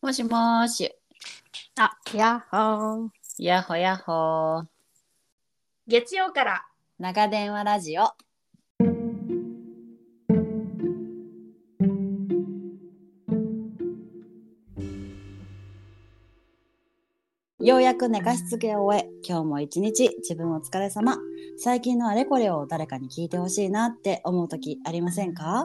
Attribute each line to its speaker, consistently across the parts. Speaker 1: もしもーし。
Speaker 2: あ、やっほー。
Speaker 1: やっほやっほー。
Speaker 2: 月曜から。
Speaker 1: 長電話ラジオ。ようやく寝かしつけを終え、今日も一日自分お疲れ様。最近のあれこれを誰かに聞いてほしいなって思う時ありませんか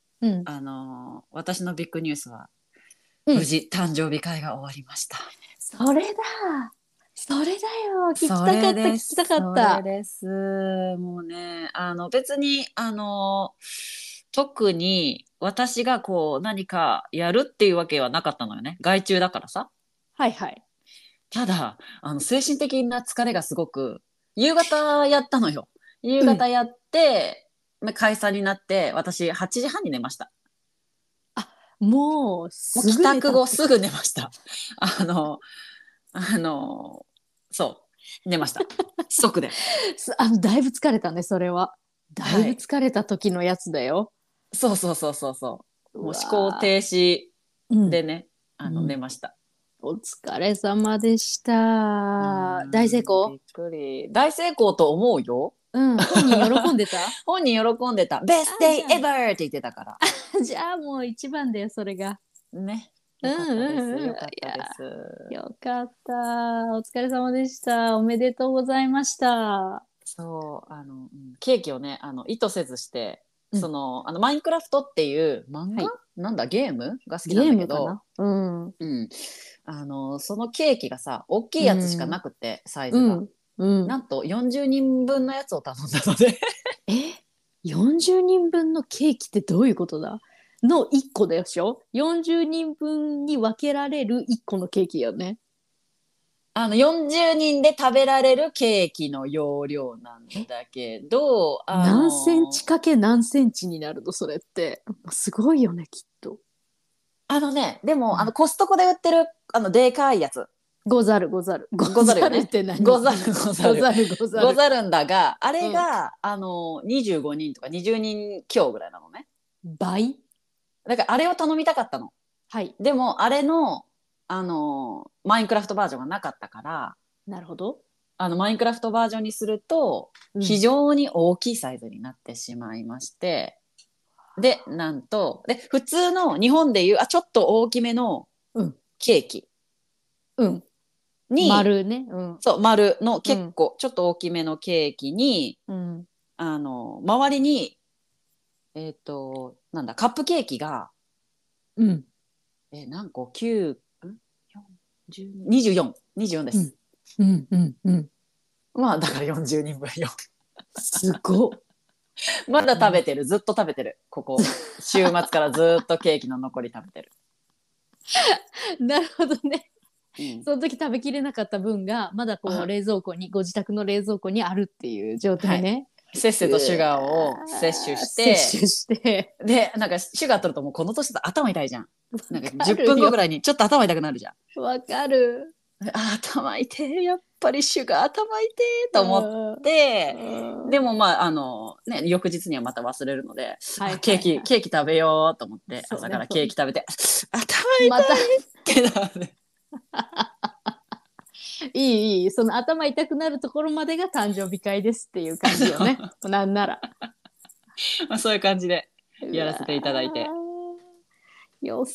Speaker 3: うん、
Speaker 1: あのー私のビッグニュースは、
Speaker 3: うん
Speaker 1: 無事誕生日会が終わりました。
Speaker 3: それだ。それだよ。聞きたかった、
Speaker 1: それで
Speaker 3: 聞
Speaker 1: す
Speaker 3: きたかった
Speaker 1: そ。れです。もうね、あの別にあの特に私がこう何かやるっていうわけはなかったのよね。外注だからさ。
Speaker 3: はいはい。
Speaker 1: ただあの精神的な疲れがすごく夕方やったのよ。夕方やって、ま解散になって私8時半に寝ました。
Speaker 3: もう、
Speaker 1: も
Speaker 3: す
Speaker 1: う帰宅後すぐ寝ました。 あの、あの、そう、寝ま した。即で。
Speaker 3: すあの、だいぶ疲れたね、それは。だいぶ疲れた時のやつだよ。
Speaker 1: そうそうそうそうそう。もう思
Speaker 3: わ
Speaker 1: 考停止
Speaker 3: うん
Speaker 1: でね、あの、
Speaker 3: うん
Speaker 1: 寝ました。
Speaker 3: お疲れ様でした
Speaker 1: う。ん
Speaker 3: 大成功
Speaker 1: びっくり。大成功と思うよ。
Speaker 3: うん。本人喜ん でた
Speaker 1: 本人喜んでた。ベスト day
Speaker 3: あじゃ
Speaker 1: ever って言ってたから。
Speaker 3: じゃあもう一番だよ、それが。
Speaker 1: ね。
Speaker 3: う
Speaker 1: よか
Speaker 3: ん
Speaker 1: った
Speaker 3: うん
Speaker 1: です。
Speaker 3: うん
Speaker 1: よかったです。
Speaker 3: よかった。お疲れ様でした。おめでとうございました。
Speaker 1: そう、あの、うんケーキをね、あの、意図せずして、
Speaker 3: うん
Speaker 1: その、あの、マインクラフトっていう漫画、
Speaker 3: は
Speaker 1: なんだ、ゲームが好き
Speaker 3: ゲ
Speaker 1: なん
Speaker 3: ー
Speaker 1: だけ
Speaker 3: ムか
Speaker 1: ど、
Speaker 3: なうん。
Speaker 1: うん、あのそのケーキがさ大きいやつしかなくて、サイズ
Speaker 3: う
Speaker 1: が、
Speaker 3: ん。うん。
Speaker 1: なんと40人分のやつを頼んだので
Speaker 3: え40人分のケーキってどういうことだの1個でしょ40人分に分けられる1個のケーキよね
Speaker 1: あの40人で食べられるケーキの容量なんだけどあの
Speaker 3: 何センチかけ何センチになるのそれってすごいよねきっと
Speaker 1: あのねで
Speaker 3: うん
Speaker 1: もあのコストコで売ってるあのでかいやつ
Speaker 3: ござるござるご
Speaker 1: ござるよね
Speaker 3: って何
Speaker 1: ござるござる
Speaker 3: ござるござる
Speaker 1: ござるんだがあれが、あの25人とか20人強ぐらいなのね
Speaker 3: 倍
Speaker 1: だからあれを頼みたかったの
Speaker 3: はい
Speaker 1: でもあれのあのマインクラフトバージョンがなかったから
Speaker 3: なるほど、
Speaker 1: あのマインクラフトバージョンにすると
Speaker 3: うん
Speaker 1: 非常に大きいサイズになってしまいまして、でなんとで普通の日本でいうあちょっと大きめの
Speaker 3: うん
Speaker 1: ケーキ
Speaker 3: うん
Speaker 1: に、
Speaker 3: 丸ねうん
Speaker 1: そう丸の結構ちょっと大きめのケーキに、
Speaker 3: うん
Speaker 1: あの周りにえっ、となんだカップケーキが
Speaker 3: うん
Speaker 1: え何個9ん2424 24です、
Speaker 3: うんうんうんうん
Speaker 1: まあだから40人分よ
Speaker 3: すごっ
Speaker 1: まだ食べてるずっと食べてるここ週末からずっとケーキの残り食べてる、
Speaker 3: なるほどね
Speaker 1: うん
Speaker 3: その時食べきれなかった分がまだこ
Speaker 1: は
Speaker 3: う
Speaker 1: い
Speaker 3: 冷蔵庫にご自宅の冷蔵庫にあるっていう状態ね。
Speaker 1: せっせとシュガーを摂取して
Speaker 3: 摂 取して。
Speaker 1: でなんかシュガー取るともうこの年だと頭痛いじゃんなんか
Speaker 3: わかる
Speaker 1: 10
Speaker 3: よ
Speaker 1: 分後ぐらいにちょっと頭痛くなるじゃん
Speaker 3: わかる。
Speaker 1: あー頭痛いやっぱりシュガー頭痛いと思っ、
Speaker 3: 思って
Speaker 1: でもまああのね翌日にはまた忘れるので、あケーキケーキ食べようと思って
Speaker 3: そうね
Speaker 1: 朝からケーキ食べて 頭
Speaker 3: また
Speaker 1: 痛いってなる
Speaker 3: いいいいその頭痛くなるところまでが誕生日会ですっていう感じよ ねなんなら
Speaker 1: まあそういう感じでやらせていただいて
Speaker 3: うわーよかっ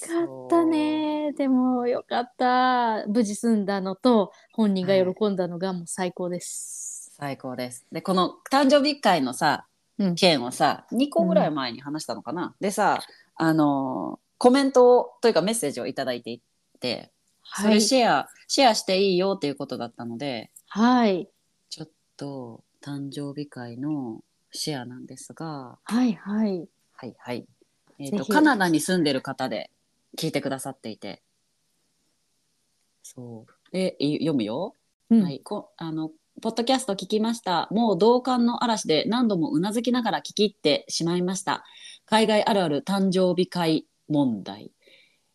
Speaker 3: たねでもよかった無事済んだのと本人が喜んだのがもう最高です、
Speaker 1: 最高ですでこの誕生日会のさ
Speaker 3: うん
Speaker 1: 件をさ2個ぐらい前に話したのかな、でさあのコメントをというかメッセージをいただいていてそれシェア、シェアしていいよっていうことだったので
Speaker 3: はい
Speaker 1: ちょっと誕生日会のシェアなんですが
Speaker 3: はいはい
Speaker 1: はいはい、えー、
Speaker 3: ぜ
Speaker 1: と
Speaker 3: ひ
Speaker 1: カナダに住んでる方で聞いてくださっていてそう。で、い読むよ。
Speaker 3: うん
Speaker 1: はい、こあのポッドキャスト聞きました。もう同感の嵐で何度もうなずきながら聞き入ってしまいました。海外あるある誕生日会問題。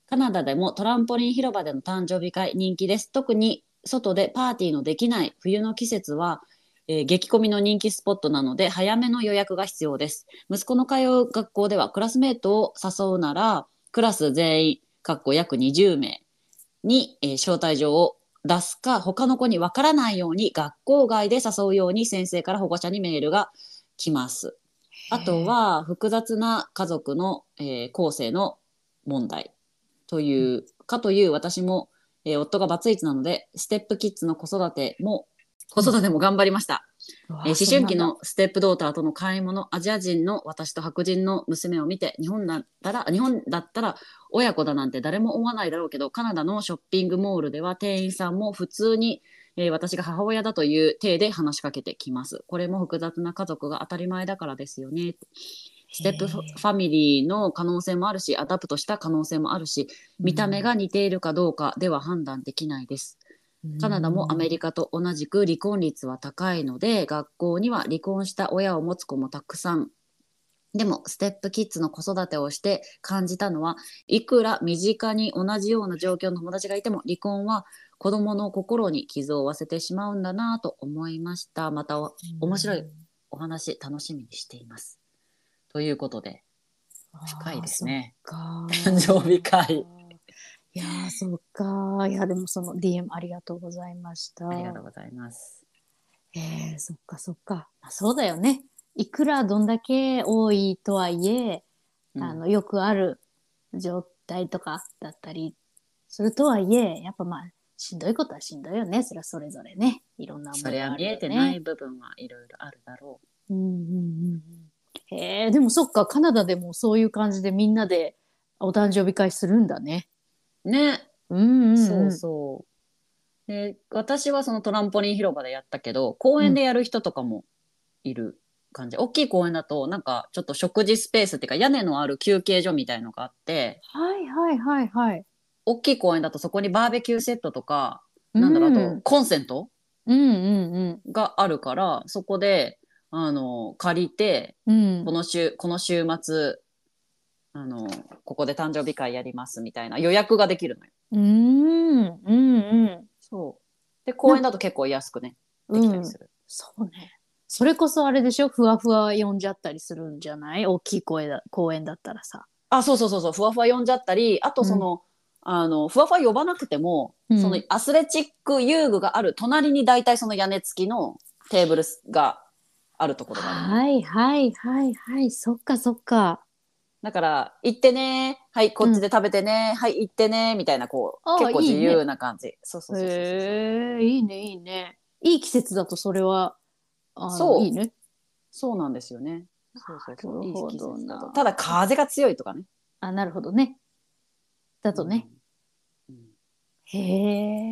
Speaker 1: カナダでもトランポリン広場での誕生日会人気です。特に外でパーティーのできない冬の季節は、えー激混みの人気スポットなので早めの予約が必要です。息子の通う学校ではクラスメートを誘うならクラス全員かっこ約20名に、えー招待状を出すか他の子に分からないように学校外で誘うように先生から保護者にメールが来ます。あとは複雑な家族の、えー構成の問題というかという私も、えー夫がバツイチなのでステップキッズの子育ても子育ても頑張りました。
Speaker 3: うわ
Speaker 1: えー思春期
Speaker 3: そうなんだ
Speaker 1: のステップドーターとの買い物アジア人の私と白人の娘を見て日本だったら日本だったら親子だなんて誰も思わないだろうけどカナダのショッピングモールでは店員さんも普通に、えー私が母親だという体で話しかけてきますこれも複雑な家族が当たり前だからですよねステップフ
Speaker 3: へ
Speaker 1: ァファミリーの可能性もあるしアダプトした可能性もあるし見た目が似ているかどうかでは判断できないですカナダもアメリカと同じく離婚率は高いので学校には離婚した親を持つ子もたくさんでもステップキッズの子育てをして感じたのはいくら身近に同じような状況の友達がいても離婚は子どもの心に傷を負わせてしまうんだなと思いましたまたお
Speaker 3: うん
Speaker 1: 面白いお話楽しみにしています。ということで深いですね
Speaker 3: あー。そ
Speaker 1: 誕
Speaker 3: っか
Speaker 1: 生日会
Speaker 3: いやーそっかいやでもその DM ありがとうございました。
Speaker 1: ありがとうございます。
Speaker 3: えー、そっかそっか、まあ、そうだよねいくらどんだけ多いとはいえ、
Speaker 1: うん
Speaker 3: あのよくある状態とかだったりそれとはいえやっぱまあしんどいことはしんどいよねそれはそれぞれねいろんな思い
Speaker 1: それ
Speaker 3: が
Speaker 1: は
Speaker 3: ある
Speaker 1: 見
Speaker 3: よね
Speaker 1: えてない部分はいろいろあるだろう。
Speaker 3: うんうんうんうんへえでもそっかカナダでもそういう感じでみんなでお誕生日会するんだね
Speaker 1: ね、
Speaker 3: うんうん、うん、
Speaker 1: そうそう。で私はそのトランポリン広場でやったけど公園でやる人とかもいる感じ、大きい公園だとなんかちょっと食事スペースっていうか屋根のある休憩所みたいのがあって
Speaker 3: はいはいはいはい
Speaker 1: 大きい公園だとそこにバーベキューセットとか、なんだろうあとコンセント
Speaker 3: うんうんうん
Speaker 1: があるからそこであの借りて
Speaker 3: うん
Speaker 1: この週この週末あのここで誕生日会やりますみたいな予約ができるのよ。
Speaker 3: うんうんうん
Speaker 1: そうで公園だと結構安くねできたりする。
Speaker 3: そうね。それこそあれでしょふわふわ呼んじゃったりするんじゃない大きい声だ公園だったらさ。
Speaker 1: あ、そうそうそうそう、ふわふわ呼んじゃったり、あとその、あの、ふわふわ呼ばなくても、
Speaker 3: うん
Speaker 1: そのアスレチック遊具がある隣に大体その屋根付きのテーブルがあるところがある。
Speaker 3: はいはいはいはいそっかそっか。
Speaker 1: だから、行ってねはい、こっちで食べてね、はい、行ってねみたいな、こ
Speaker 3: あ
Speaker 1: う、
Speaker 3: ー
Speaker 1: 結構
Speaker 3: いい
Speaker 1: 自
Speaker 3: ね
Speaker 1: 由な感じ。そうそうそうそうそう。
Speaker 3: へえいいねいいね。いい季節だとそれはあの
Speaker 1: そう
Speaker 3: いいね。
Speaker 1: そうなんですよね。そうそうそう。
Speaker 3: なるほどない
Speaker 1: い季節だとただ、風が強いとかね。
Speaker 3: あなるほどね。だとね。
Speaker 1: うん。うん
Speaker 3: へえ。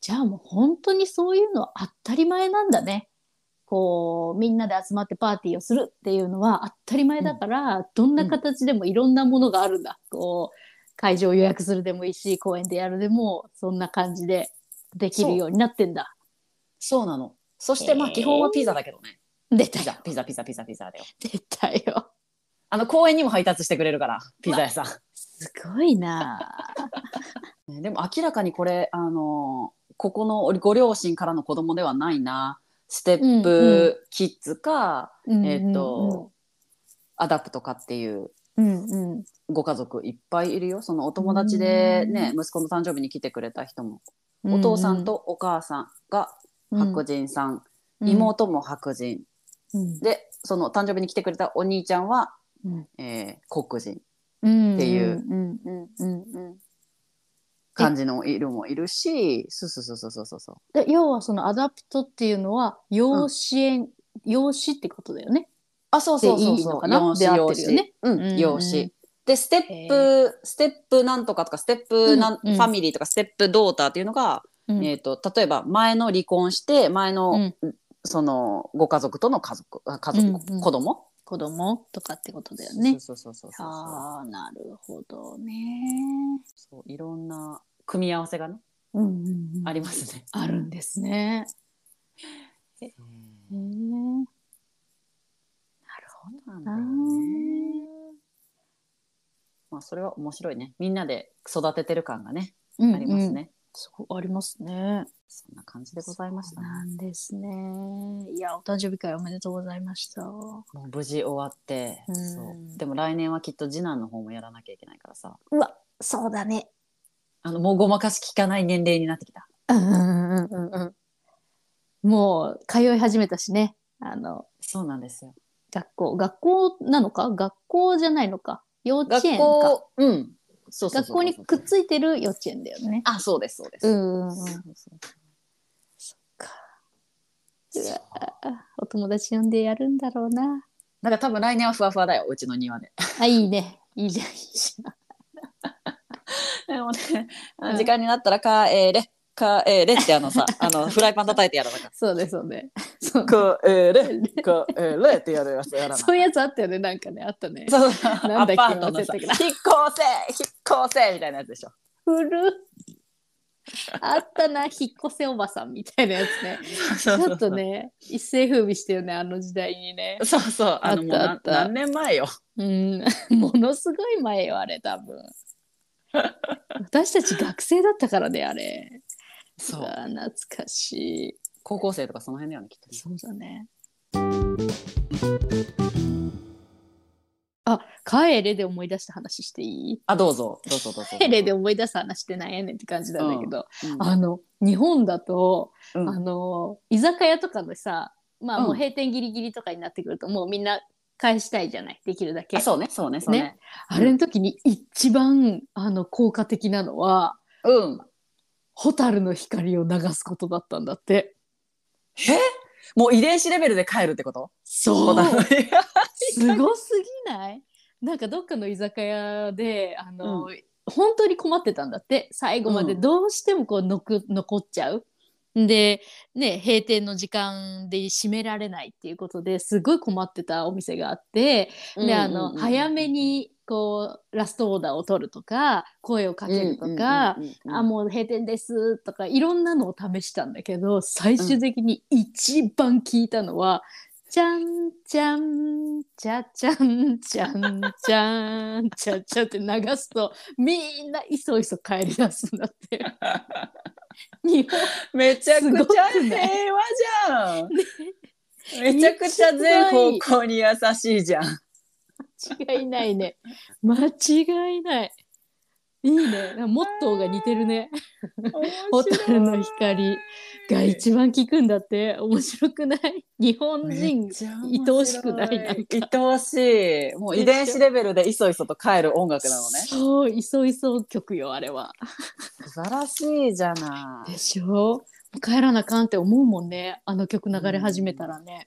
Speaker 3: じゃあもう本当にそういうのは当たり前なんだね。こうみんなで集まってパーティーをするっていうのは当たり前だから、どんな形でもいろんなものがあるんだ、こう会場を予約するでもいいし公園でやるでもそんな感じでできるようになってんだ。
Speaker 1: そうなの。そして、まあ、
Speaker 3: へー
Speaker 1: 基本はピザだけどね。
Speaker 3: 出た
Speaker 1: ピザ
Speaker 3: よ、
Speaker 1: ピザ、ピザ、ピザ、ピザだよ。
Speaker 3: 出たよ。
Speaker 1: あの公園にも配達してくれるからピザ屋さん。
Speaker 3: すごいな。
Speaker 1: ねでも明らかにこれあのーここのご両親からの子供ではないな。ステッ
Speaker 3: うんう
Speaker 1: プキッズか、えっ、と、アダプトかっていう
Speaker 3: うんうんうん、
Speaker 1: ご家族いっぱいいるよ。そのお友達でね、息子の誕生日に来てくれた人も、お父さんとお母さんが白人さん、
Speaker 3: うんうん、
Speaker 1: 妹も白人、
Speaker 3: うん
Speaker 1: でその誕生日に来てくれたお兄ちゃんは、
Speaker 3: うん
Speaker 1: えー黒人
Speaker 3: って
Speaker 1: いう
Speaker 3: うんうんうんうん
Speaker 1: 感じの色もいるし、そうそうそうそうそうそう。
Speaker 3: で要はそのアダプトっていうのは養子縁、養子ってことだよね。
Speaker 1: あ、そうそうそうそう。
Speaker 3: でいいのかな
Speaker 1: 用紙
Speaker 3: で合って
Speaker 1: 用
Speaker 3: るよ
Speaker 1: 紙
Speaker 3: ね
Speaker 1: う、
Speaker 3: うんうんん
Speaker 1: 用紙。で、ステップ、ステップなんとかとか、ステップなん、
Speaker 3: うんうん
Speaker 1: ファミリーとか、ステップドーターっていうのが、
Speaker 3: うん
Speaker 1: えっ、と、例えば前の離婚して、前の、
Speaker 3: うん
Speaker 1: その、ご家族との家族、あ家族、
Speaker 3: うんうん
Speaker 1: 子供
Speaker 3: 子供とかってことだよね。
Speaker 1: そうそうそうそうそうそう
Speaker 3: ああなるほどね。
Speaker 1: そういろんな組み合わせがね、
Speaker 3: うんうんうん
Speaker 1: ありますね。
Speaker 3: あるんですね。へえなるほ
Speaker 1: そうなん
Speaker 3: ど
Speaker 1: だ
Speaker 3: な
Speaker 1: よねまあそれは面白いね。みんなで育ててる感がね、
Speaker 3: うんうん
Speaker 1: ありますね。
Speaker 3: すごいありますね。
Speaker 1: そんな感じでございましたね。
Speaker 3: なんですね。いや、お誕生日会おめでとうございました。
Speaker 1: もう無事終わって、
Speaker 3: うん
Speaker 1: そうでも来年はきっと次男の方もやらなきゃいけないからさ
Speaker 3: うわ、そうだね。
Speaker 1: あのもうごまかし聞かない年齢になってきた
Speaker 3: うんうんうんうんうん。もう通い始めたしね。あの、
Speaker 1: そうなんですよ
Speaker 3: 学校、学校なのか学校じゃないのか幼稚園か。
Speaker 1: うんそうそう
Speaker 3: 学
Speaker 1: そう
Speaker 3: 校にくっついてる幼稚園だよね。
Speaker 1: あそうですそうです、
Speaker 3: うんうんうん。
Speaker 1: そうそう
Speaker 3: うわお友達呼んでやるんだろうな。
Speaker 1: だから多分来年はふわふわだようちの庭で
Speaker 3: あ、いいね。いいじゃん、いいじゃん。
Speaker 1: でもね
Speaker 3: うん
Speaker 1: 時間になったら帰れ帰れってあ のさあのフライパン叩いてやらなかっ
Speaker 3: そうね、そうね。そう
Speaker 1: た帰れ帰れってやるやつやら
Speaker 3: そういうやつあったよね、なんかね、あったね。
Speaker 1: そう
Speaker 3: な
Speaker 1: ア
Speaker 3: んだっけ
Speaker 1: パートの
Speaker 3: 忘
Speaker 1: さ
Speaker 3: れ
Speaker 1: 引った越せ引っ越せみたいなやつでしょ
Speaker 3: 古っあったな、引っ越せおばさんみたいなやつね。ちょっとね、一世風靡してるね、あの時代にね。
Speaker 1: そうそう、あのもう
Speaker 3: あ
Speaker 1: な
Speaker 3: ったあった
Speaker 1: 何年前よ。
Speaker 3: うん、 ものすごい前よ、あれ、多分。 私たち学生だったからね、あれ。
Speaker 1: そうう、
Speaker 3: わ懐かし
Speaker 1: 高校生とかその辺だよね、きっと
Speaker 3: い。
Speaker 1: ね。
Speaker 3: そうだね。あ、帰れで思い出した話していい
Speaker 1: あ、どうぞ、どうぞ、どう ぞ。
Speaker 3: 帰れで思い出した話ってなんやねんって感じなんだけど、
Speaker 1: うん
Speaker 3: あの、日本だと、
Speaker 1: うん
Speaker 3: あの居酒屋とかのさまあ
Speaker 1: うん
Speaker 3: もう閉店ギリギリとかになってくると、もうみんな返したいじゃないできるだけ
Speaker 1: あそうね、そうね、そうね。
Speaker 3: あれの時に一番あの効果的なのは
Speaker 1: うん。
Speaker 3: 蛍の光を流すことだったんだって
Speaker 1: えもう遺伝子レベルで帰るってこと
Speaker 3: そ
Speaker 1: う
Speaker 3: すごすぎないなんかどっかの居酒屋であの、本当に困ってたんだって最後まで
Speaker 1: うん
Speaker 3: どうしてもこうのく残っちゃう。で、ね、閉店の時間で閉められないっていうことですごい困ってたお店があって、
Speaker 1: ん
Speaker 3: であの、
Speaker 1: うん
Speaker 3: 早めにこうラストオーダーを取るとか声をかけるとか、
Speaker 1: うんうんうんうん
Speaker 3: あもう閉店ですとかいろんなのを試したんだけど最終的に一番聞いたのは「ちゃんちゃんちゃちゃんちゃんちゃんちゃちゃ」って流すとみんないそいそ帰り出すんだって。日本
Speaker 1: めちゃく
Speaker 3: すご
Speaker 1: ちゃ
Speaker 3: くない
Speaker 1: 平和じゃん。 めちゃくちゃ全方向に優しいじゃん。
Speaker 3: 間違いないね間違いないいいねモットーが似てるねホタルの光が一番効くんだって面白くない日本人
Speaker 1: 人
Speaker 3: 愛おしくないなん
Speaker 1: 愛おしい。もう遺伝子レベルでいそいそと帰る音楽なのね。
Speaker 3: そういそいそ曲よあれは
Speaker 1: 素晴らしいじゃない
Speaker 3: で。しょ帰らなあかんって思うもんねあの曲流れ始めたらね、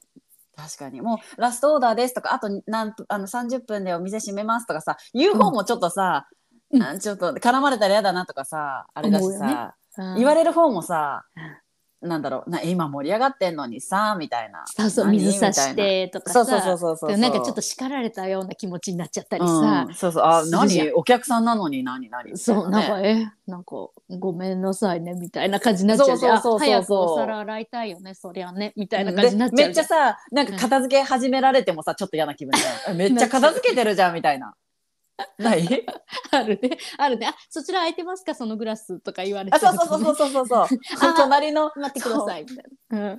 Speaker 1: 確かにもうラストオーダーですとかあとなんあの30分でお店閉めますとかさ言う方もちょっとさ、
Speaker 3: うん
Speaker 1: あちょっと絡まれたら嫌だなとかさあれだし
Speaker 3: 思うよ
Speaker 1: さ、言わ
Speaker 3: れ
Speaker 1: れる方もさ、なんだろうな今盛り上がってんのにさみたいな
Speaker 3: そうそう
Speaker 1: 何
Speaker 3: 水さし
Speaker 1: みたい
Speaker 3: てと
Speaker 1: な
Speaker 3: かさ
Speaker 1: そうそうそうそうそう
Speaker 3: なんかちょっと叱られたような気持ちになっちゃったりさ
Speaker 1: う、ん、そうそうあ
Speaker 3: するじゃん
Speaker 1: 何お客さんなのに何何
Speaker 3: そうなんか、
Speaker 1: ね
Speaker 3: えなんかごめんなさいねみたいな感じになっちゃうじゃん
Speaker 1: そうそうそうそう
Speaker 3: あ早くお皿洗いたいよねそりゃねみたいな感じになっちゃうじ
Speaker 1: で
Speaker 3: ゃん
Speaker 1: めっちゃさなんか片付け始められてもさちょっと嫌な気分じゃ んめっちゃ片付けてるじゃんみたいな。ない
Speaker 3: あるね。あるね。あ、そちら空いてますかそのグラスとか言われて
Speaker 1: あ
Speaker 3: ると
Speaker 1: そう
Speaker 3: ね、
Speaker 1: そうそうそうそうそう
Speaker 3: あ
Speaker 1: 隣の
Speaker 3: 待ってください。みたいな。うん。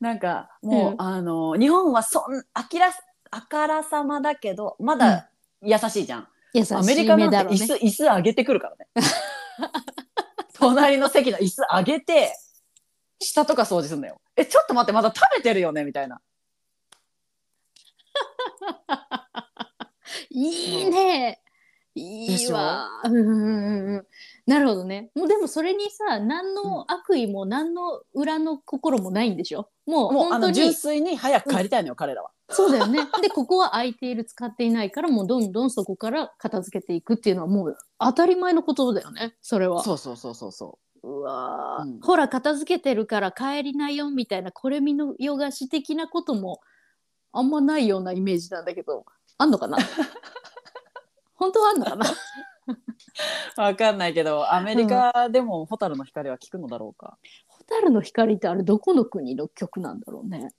Speaker 1: なんかもう、
Speaker 3: うん
Speaker 1: あの日本はそんあきらあからさまだけどまだ優しいじゃん、
Speaker 3: 優し
Speaker 1: アメリ
Speaker 3: い
Speaker 1: カな
Speaker 3: 目
Speaker 1: んて
Speaker 3: だろう
Speaker 1: 椅
Speaker 3: ね
Speaker 1: 子、。椅子上げてくるから ね隣の席の椅子上げて下とか掃除すんだよえちょっと待ってまだ食べてるよねみたいない
Speaker 3: いね。いいわ。うんうんうん。なるほどね。もうでもそれにさ、何の悪意も何の裏の心もないんでしょもう
Speaker 1: もうあ
Speaker 3: 本当
Speaker 1: の純
Speaker 3: に。
Speaker 1: 粋に早く帰りたいのよ、彼らは
Speaker 3: そうだよね。 で、ここは空いている、使っていないから、もうどんどんそこから片付けていくっていうのはもう当たり前のことだよね。それは。
Speaker 1: そうそうそうそうそう
Speaker 3: わー
Speaker 1: うん
Speaker 3: ほら片付けてるから帰りなよみたいなこれ見のよがし的なこともあんまな いようなイメージなんだけどあんのかな本当はあんのかな
Speaker 1: わかんないけど、アメリカでも蛍の光は聞くのだろうか。
Speaker 3: 蛍の光ってあれどこの国の曲なんだろうね。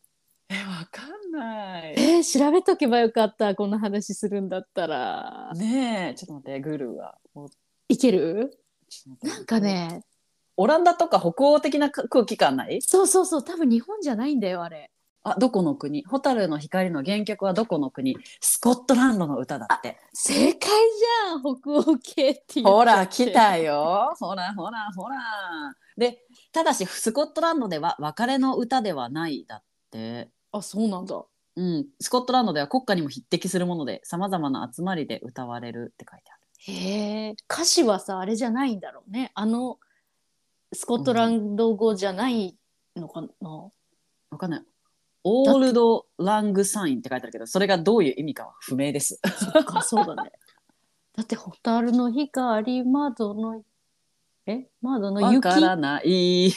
Speaker 1: え、わかんない。
Speaker 3: えー、調べとけばよかった。この話するんだったら。
Speaker 1: ねえ、ちょっと待って、グルーは。お
Speaker 3: いける
Speaker 1: ちょっと待って
Speaker 3: なんか。ね、
Speaker 1: オランダとか北欧的な空気感ない
Speaker 3: そうそうそう、多分日本じゃないんだよ、あれ。
Speaker 1: あ、どこの国蛍の光の原曲はどこの国スコットランドの歌だって。
Speaker 3: 正解じゃん、北欧系っていう。
Speaker 1: ほら、来た。よ。ほら、ほら、ほら。で、ただし、スコットランドでは別れの歌ではないだって。
Speaker 3: あ、そうなんだ。
Speaker 1: うん、スコットランドでは国家にも匹敵するもので、さまざまな集まりで歌われるって書いてある。
Speaker 3: へえ歌詞はさあれじゃないんだろうねあのスコットランド語じゃないのかな、
Speaker 1: わかんない。オールドラングサインって書いてあるけど、それがどういう意味かは不明です。
Speaker 3: そっかそう だねだって「蛍の光窓のえ窓の
Speaker 1: わ
Speaker 3: 雪
Speaker 1: からない。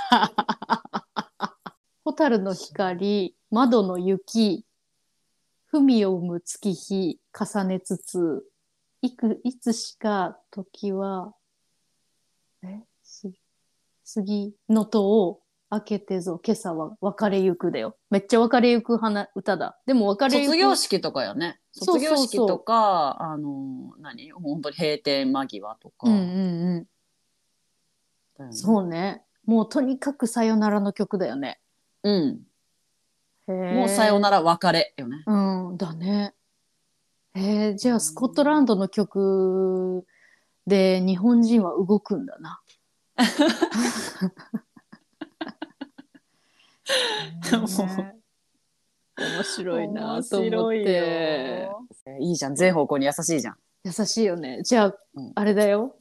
Speaker 3: 蛍の光窓の雪文を生む月日重ねつついくいつしか時はえす杉の戸を開けてぞ今朝は別れゆくだよめっちゃ別れゆく花歌だでも別れゆく
Speaker 1: 卒業式とかよね。
Speaker 3: そう
Speaker 1: 卒
Speaker 3: そうそう
Speaker 1: 業式とか、あの、何本当に閉店間際とか
Speaker 3: うん。うん
Speaker 1: だよ
Speaker 3: うん
Speaker 1: ね
Speaker 3: そうねもうとにかくさよならの曲だよね
Speaker 1: うん。
Speaker 3: も
Speaker 1: もうさよ
Speaker 3: な
Speaker 1: なら別れよね。
Speaker 3: うん、だね。えー、じゃあスコットランドの曲で日本人は動くんだな。
Speaker 1: もう
Speaker 3: 面白いな
Speaker 1: 面
Speaker 3: と思っ
Speaker 1: 白い
Speaker 3: て。
Speaker 1: よいいじゃん。全方向に優しいじゃん。
Speaker 3: 優しいよね。じゃあ、
Speaker 1: うん
Speaker 3: あれだよ。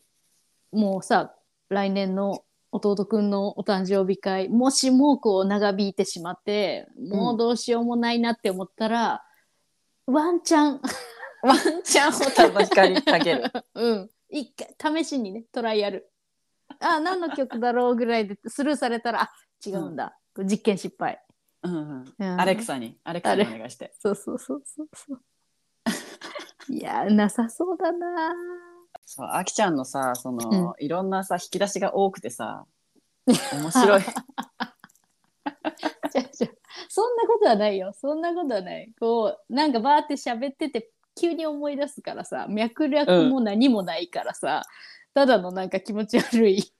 Speaker 3: もうさ、来年の弟くんのお誕生日会、もしもうこう長引いてしまって、もうどうしようもないなって思ったら、ワンチャン
Speaker 1: ワンチャンホ タルの光かける。
Speaker 3: うん。一回、試しにね、トライアル。あ、何の曲だろうぐらいでスルーされたら、あ、違うんだ。実験失敗。
Speaker 1: うんうん
Speaker 3: うん
Speaker 1: アレクサに、アレクサにお願いして。
Speaker 3: そうそうそうそうそう。いやー、なさそうだな
Speaker 1: そう、あきちゃんのさ、その、いろんなさ、引き出しが多くてさ、面
Speaker 3: ー
Speaker 1: 白い。。
Speaker 3: じゃあじゃあそんなことはないよ。そんなことはない。こう、なんかバーって喋ってて、急に思い出すからさ、脈略も何もないからさ、ただのなんか気持ち悪い、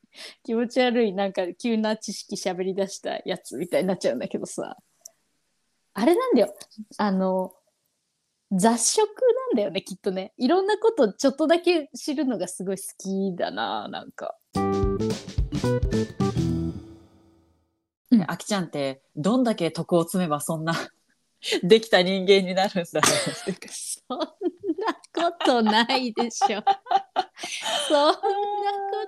Speaker 3: 気持ち悪い、なんか急な知識喋り出したやつみたいになっちゃうんだけどさ、あれなんだよ。あの、雑食なんだよね、きっとね。いろんなことちょっとだけ知るのがすごい好きだな、なんか。
Speaker 1: あきちゃんって、どんだけ徳を積めばそんな、 できた人間になるんだろう。
Speaker 3: そんなことないでしょ。そんなこ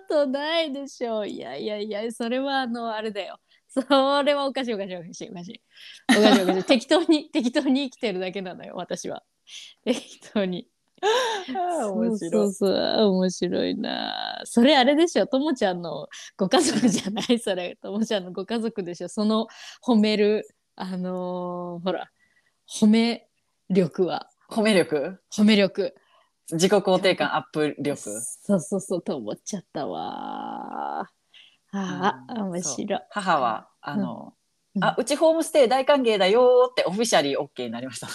Speaker 3: とないでしょ。いやいやいや、それはあの、あれだよ。それはおかしいおかしいおかしいおかしい。おかしいおかしい。適当に、 適当に生きてるだけなのよ、私は。適当に。
Speaker 1: 面
Speaker 3: そ
Speaker 1: 白
Speaker 3: う
Speaker 1: い。
Speaker 3: そうそう、面白いな。それあれでしょ、ともちゃんのご家族じゃない、それ。ともちゃんのご家族でしょ、その褒める、あのーほら、褒め力は、
Speaker 1: 褒め力
Speaker 3: 褒め力。
Speaker 1: 自己肯定感アップ力
Speaker 3: そうそうそうと思っちゃったわー。あー、
Speaker 1: うん
Speaker 3: 面白い。
Speaker 1: 母は、あの、
Speaker 3: うん
Speaker 1: あ、うちホームステイ大歓迎だよーってオフィシャリー OK になり ました。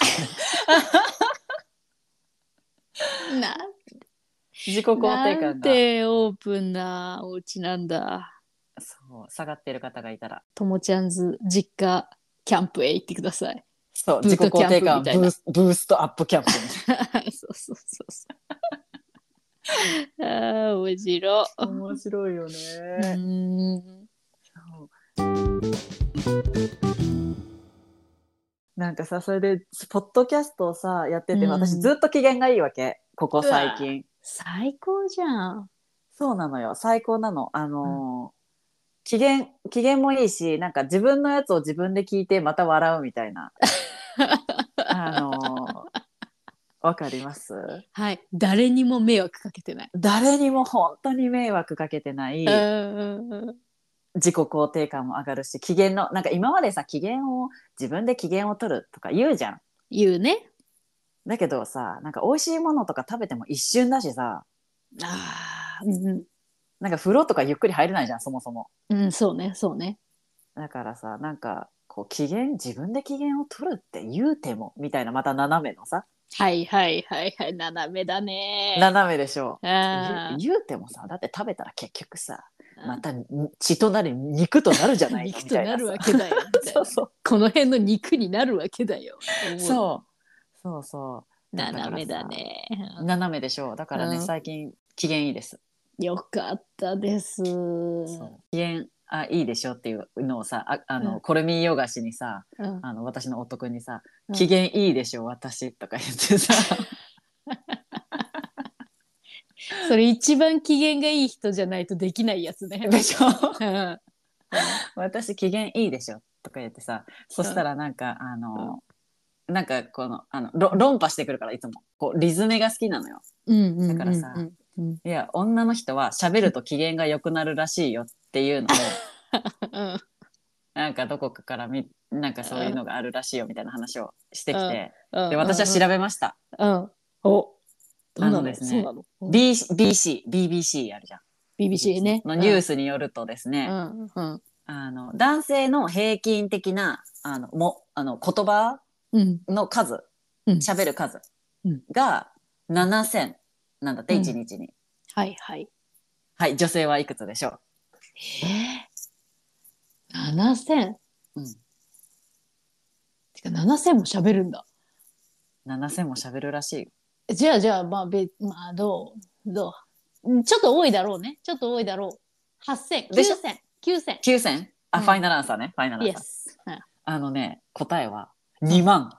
Speaker 3: な
Speaker 1: 自己肯定
Speaker 3: な
Speaker 1: 感
Speaker 3: ん
Speaker 1: が
Speaker 3: てオープンなお家なんだ。
Speaker 1: そう下がってる方がいたら
Speaker 3: ともちゃんず実家キャンプへ行ってください。
Speaker 1: そう
Speaker 3: ブー
Speaker 1: 自己
Speaker 3: トキ
Speaker 1: 肯
Speaker 3: ャンプ
Speaker 1: 定感
Speaker 3: み
Speaker 1: ブ
Speaker 3: たいな
Speaker 1: ースブーストアップキャンプみたい
Speaker 3: そうそうそうそう。ああ、面白い。
Speaker 1: な 面白いよね、
Speaker 3: うーん
Speaker 1: そうなんかさそれでポッドキャストをさやってて、
Speaker 3: うん
Speaker 1: 私ずっと機嫌がいいわけここ最近
Speaker 3: 最高じゃん。
Speaker 1: そうなのよ最高なのあのー機嫌機嫌もいいしなんか自分のやつを自分で聞いてまた笑うみたい なあのーわかります
Speaker 3: はい。誰にも迷惑かけてない。
Speaker 1: 誰にも本当に迷惑かけてない
Speaker 3: うんうんうん
Speaker 1: 自己肯定感も上がるし機嫌のなんか今までさ機嫌を自分で機嫌を取るとか言うじゃん
Speaker 3: 言うね。
Speaker 1: だけどさなんか美味しいものとか食べても一瞬だしさあ
Speaker 3: うんう
Speaker 1: なんか風呂とかゆっくり入れないじゃんそもそも
Speaker 3: ん、うん、そうねそうね
Speaker 1: だからさなんかこう機嫌自分で機嫌を取るって言うてもみたいなまた斜めのさ
Speaker 3: はいはいはいはい斜めだね
Speaker 1: 斜めでしょ
Speaker 3: あ
Speaker 1: 言うてもさだって食べたら結局さまた血となり肉となるじゃないの
Speaker 3: 肉
Speaker 1: み
Speaker 3: と
Speaker 1: たいな
Speaker 3: な
Speaker 1: さ
Speaker 3: るわけだよみたい
Speaker 1: そ
Speaker 3: な
Speaker 1: うそう
Speaker 3: この辺の肉になるわけだよ
Speaker 1: そうそうそう
Speaker 3: 斜めだ
Speaker 1: から
Speaker 3: ね
Speaker 1: さ斜めでしょうだからね、
Speaker 3: うん
Speaker 1: 最近機嫌いいです、
Speaker 3: よかったです
Speaker 1: そう機嫌あいいでしょっていうのをさああの、
Speaker 3: うん
Speaker 1: コルミーヨガシにさ
Speaker 3: うん
Speaker 1: あの私の夫君にさ
Speaker 3: う
Speaker 1: 「
Speaker 3: ん
Speaker 1: 機嫌いいでしょ私」とか言ってさ
Speaker 3: それ一番機嫌がいい人じゃないとできないやつね。
Speaker 1: でしょ
Speaker 3: うん
Speaker 1: 「私機嫌いいでしょ」とか言ってさそしたらなんかあの、なんかこのあのろ論破してくるからいつもこうリズムが好きなのよ。
Speaker 3: うんうん
Speaker 1: だからさ
Speaker 3: うんうん
Speaker 1: いや女の人は喋ると機嫌が良くなるらしいよっていうのを
Speaker 3: うん
Speaker 1: なんかどこかからみなんかそういうのがあるらしいよみたいな話をしてきて、
Speaker 3: うん
Speaker 1: で私は調べました。
Speaker 3: うん。おどうな
Speaker 1: あの
Speaker 3: の
Speaker 1: ですね
Speaker 3: そうなの
Speaker 1: B BC BBC あるじゃん。
Speaker 3: BBC ね。
Speaker 1: のニュースによるとですね、
Speaker 3: うんうん
Speaker 1: あの男性の平均的なあのもあの言葉
Speaker 3: うん。
Speaker 1: の数
Speaker 3: うん
Speaker 1: 喋る数
Speaker 3: うん
Speaker 1: が7,000なんだって、
Speaker 3: うん
Speaker 1: 1日に。
Speaker 3: はいはい。
Speaker 1: はい女性はいくつでしょ
Speaker 3: えー、7000。
Speaker 1: う、
Speaker 3: てか7000も喋るんだ。
Speaker 1: うん、?7,000も喋るらしいよ。
Speaker 3: じゃあじゃあまあべまあどうどううんちょっと多いだろうね。ちょっと多いだろう。8000。
Speaker 1: でしょ
Speaker 3: 9000。9000。
Speaker 1: 9,000? あ、
Speaker 3: うん
Speaker 1: ファイナルアンサーねファイナルア
Speaker 3: イ
Speaker 1: ン
Speaker 3: エ
Speaker 1: サー。
Speaker 3: ス。はい
Speaker 1: あのね答えは2万。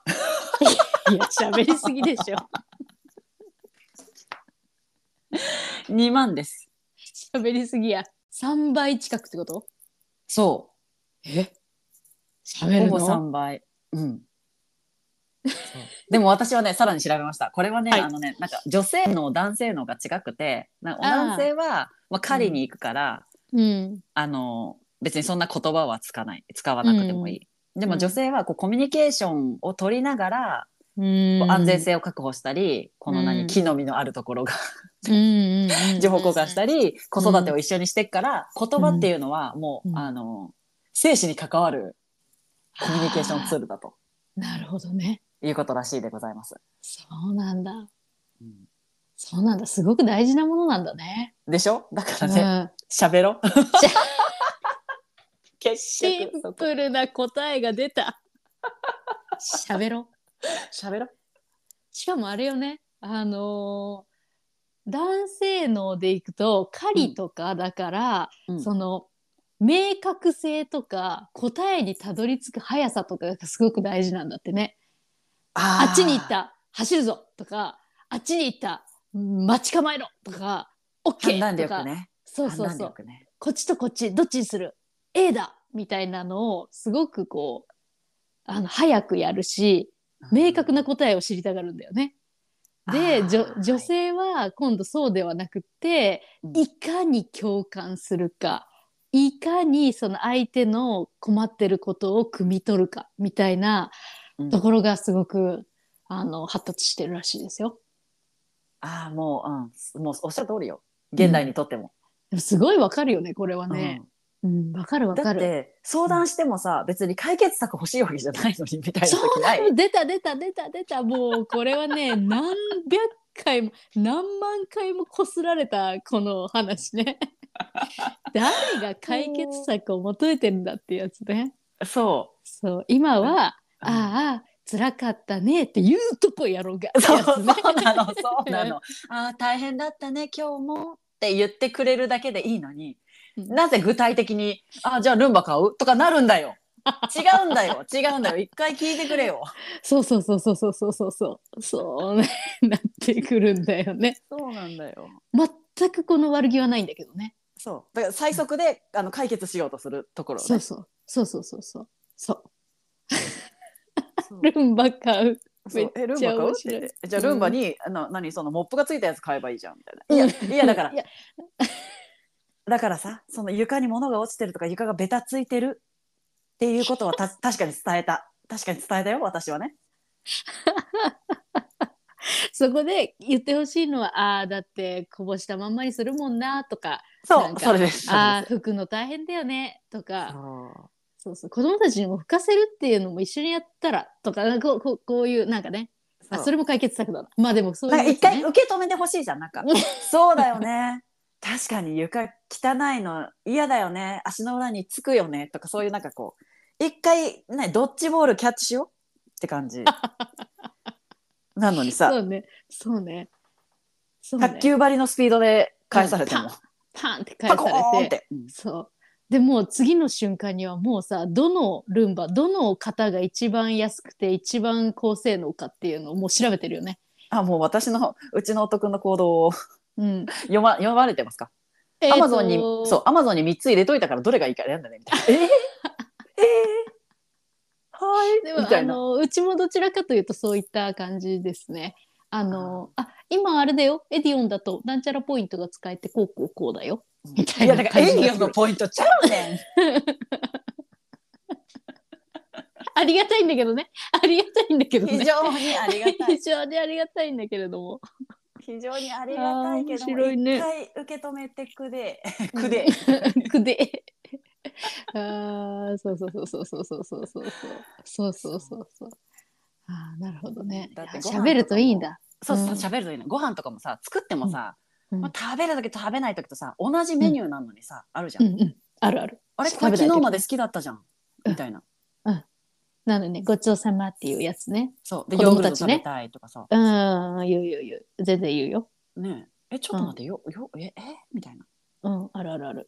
Speaker 3: いや喋りすぎでしょ。
Speaker 1: 2万です。
Speaker 3: 喋りすぎや。3倍近くってこと
Speaker 1: そ
Speaker 3: え
Speaker 1: う
Speaker 3: 喋
Speaker 1: ほ
Speaker 3: る
Speaker 1: ぼ
Speaker 3: の
Speaker 1: 3倍。うん。そうでも私はねさらに調べましたこれはね、
Speaker 3: はい
Speaker 1: あのねなんか女性の男性のが違くてなんか
Speaker 3: あー
Speaker 1: 男性はまあ、狩りに行くから、
Speaker 3: うん。
Speaker 1: あの別にそんな言葉は使わない使わなくてもいい、でも女性はこうコミュニケーションを取りながら、こう安全性を確保したりこの何、
Speaker 3: うん
Speaker 1: 木の実のあるところが
Speaker 3: うん。
Speaker 1: 情報交換した
Speaker 3: り。
Speaker 1: り、子育てを一緒にしてっから言葉っていうのはもう、
Speaker 3: うん
Speaker 1: あの生死に関わるコミュニケーションツールだと
Speaker 3: なるほどね。
Speaker 1: いうことらしいでございます。
Speaker 3: そうなんだ。
Speaker 1: うん
Speaker 3: そうなんだ。すごく大事なものなんだね。
Speaker 1: でしょだから
Speaker 3: う
Speaker 1: ね
Speaker 3: ん
Speaker 1: 喋 ろう結
Speaker 3: シ ン
Speaker 1: 局そこ
Speaker 3: プルな答えが出た。 喋ろう。
Speaker 1: 喋ろう
Speaker 3: しかもあれよね。あのー男性能でいくと狩りとかだから、
Speaker 1: うん
Speaker 3: その明確性とか答えにたどり着く速さとかがすごく大事なんだってね。
Speaker 1: あ
Speaker 3: あ
Speaker 1: ー
Speaker 3: っちに行った走るぞとかあっちに行ったうん待ち構えろとか
Speaker 1: 判
Speaker 3: OK
Speaker 1: 断
Speaker 3: と
Speaker 1: 力
Speaker 3: か、
Speaker 1: ね
Speaker 3: そうそう
Speaker 1: 判
Speaker 3: そ
Speaker 1: 断
Speaker 3: う
Speaker 1: 力ね
Speaker 3: こっちとこっちどっちにする A だみたいなのをすごくこうあの早くやるし明確な答えを知りたがるんだよね。
Speaker 1: あ
Speaker 3: で
Speaker 1: ー
Speaker 3: 女女性は今度そうではなくって
Speaker 1: うん
Speaker 3: いかに共感するかいかにその相手の困ってることを汲み取るかみたいな
Speaker 1: うん
Speaker 3: ところがすごくあの発達してるらしいですよ。
Speaker 1: ああ、もう、うん、もうおっしゃる通りよ。現代にとっても。
Speaker 3: でもすごいわかるよねこれはね。うん、わ、かるわ
Speaker 1: うんだ
Speaker 3: か
Speaker 1: っ
Speaker 3: る。
Speaker 1: て、相談してもさ、別に解決策欲しいわけじゃないのに、みたいな時ない。
Speaker 3: 出た出た出た出たもうこれ はね何百回も何万回もこすられたこの 話ね誰が解決策を求めてるんだっていうやつね
Speaker 1: そ
Speaker 3: そう今は「
Speaker 1: う。
Speaker 3: ああ辛かったね」って言うとこやろうが
Speaker 1: うんそう、
Speaker 3: って
Speaker 1: そう
Speaker 3: やつね
Speaker 1: なの、そうなの。ああ、大変だったね、今日も。って言ってくれるだけでいいのに、
Speaker 3: うん
Speaker 1: なぜ具体的に、ああ、じゃあルンバ買うとかなるんだよ。違うんだよ、違うんだよ。一回聞いてくれよ。
Speaker 3: そうそうそうそうそうそうそうそうそうねなってくるんだよね
Speaker 1: そうなんだよ。
Speaker 3: 全くこの悪気はないんだけどね
Speaker 1: そう。だから最速で、あの解決しようとするところ、ね。
Speaker 3: そうそうそうそうそうそう
Speaker 1: そ
Speaker 3: そ
Speaker 1: う
Speaker 3: うルンバ買う
Speaker 1: そうえ
Speaker 3: め
Speaker 1: ル
Speaker 3: っ
Speaker 1: ン
Speaker 3: ち
Speaker 1: バ
Speaker 3: ゃ
Speaker 1: 買うっ
Speaker 3: 面
Speaker 1: て
Speaker 3: 白い
Speaker 1: 言ってじゃあルンバに、あの何そのモップがついたやつ買えばいいじゃんみたいないやいやだから
Speaker 3: いや
Speaker 1: だからさその床に物が落ちてるとか床がベタついてるっていう ことはた確かに伝えた確かに伝えたよ私はね
Speaker 3: そこで言ってほしいのはああだってこぼしたまんまにするもんなとかな
Speaker 1: そ
Speaker 3: ん
Speaker 1: う、
Speaker 3: か
Speaker 1: それです。
Speaker 3: ああ拭くの大変だよねとか
Speaker 1: そ
Speaker 3: そうそう子供たちにも吹かせるっていうのも一緒にやったらとかなんかこうこうこういうなんかね
Speaker 1: う
Speaker 3: あそれも解決策だなまあでもそういう
Speaker 1: なんか
Speaker 3: や
Speaker 1: 一
Speaker 3: つね、
Speaker 1: 回受け止めてほしいじゃんなんかそうだよね 確かに床汚いの嫌だよね足の裏につくよねとかそういうなんかこう一回ねドッジボールキャッチしようって感 じなのに
Speaker 3: そ
Speaker 1: さ、
Speaker 3: うねそうねそうね
Speaker 1: 卓球張りのスピードで返されても、
Speaker 3: パンって返
Speaker 1: パ
Speaker 3: さ
Speaker 1: コーン
Speaker 3: れ
Speaker 1: ってて、うん
Speaker 3: そうでもう次の瞬間にはもうさどのルンバどの型が一番安くて一番高性能かっていうのをもう調べてるよね。
Speaker 1: あもう私のうちの夫君の行動を
Speaker 3: うん、
Speaker 1: 読ま読まれてますか
Speaker 3: えー
Speaker 1: ア
Speaker 3: と
Speaker 1: マゾンにそうアマゾンに3つ入れといたからどれがいいか選んだねみ たいなえー、えー、はい
Speaker 3: でも
Speaker 1: みた
Speaker 3: あ
Speaker 1: いな
Speaker 3: のうちもどちらかというとそういった感じですね。あのあ今あれだよエディオンだとなんちゃらポイントが使えてこうこうこうだよ。 みたいな
Speaker 1: や
Speaker 3: 感じ
Speaker 1: だからエイリアンのポイントちゃうねん
Speaker 3: ありがたいんだけどねありがたいんだけどね
Speaker 1: 非常にありがた い
Speaker 3: 非常にありがたいんだけれど も。
Speaker 1: 非常にありがたいけども
Speaker 3: あー面白いね
Speaker 1: 一回受け止めてくで く で
Speaker 3: くで。 ああ、そうそうそうそうそうそうそうそうそうそうそうそう。ああ、なるほどね。
Speaker 1: だって
Speaker 3: いや
Speaker 1: ご飯とかも
Speaker 3: 喋るといいんだ。
Speaker 1: そうそう
Speaker 3: うん
Speaker 1: 喋るといいのご飯とかもさ作ってもさ、
Speaker 3: うん
Speaker 1: まあ、食べる時と食べない時とさ同じメニューなのにさ、あるじゃ、
Speaker 3: うんんうん。あるある。
Speaker 1: あれ
Speaker 3: 食
Speaker 1: こ
Speaker 3: べな
Speaker 1: れ
Speaker 3: い時
Speaker 1: 昨日まで好きだったじゃんみたいな
Speaker 3: なのでね、ごちそうさまっていうやつね。
Speaker 1: そうで
Speaker 3: 子
Speaker 1: ヨー
Speaker 3: 供
Speaker 1: グル
Speaker 3: た
Speaker 1: ト
Speaker 3: ち
Speaker 1: 食
Speaker 3: ね
Speaker 1: べたいとかさ
Speaker 3: うん、言う言う言う。全然言うよ。
Speaker 1: ねええちょっと待ってよ、よええみたいな
Speaker 3: うん、あるあるある。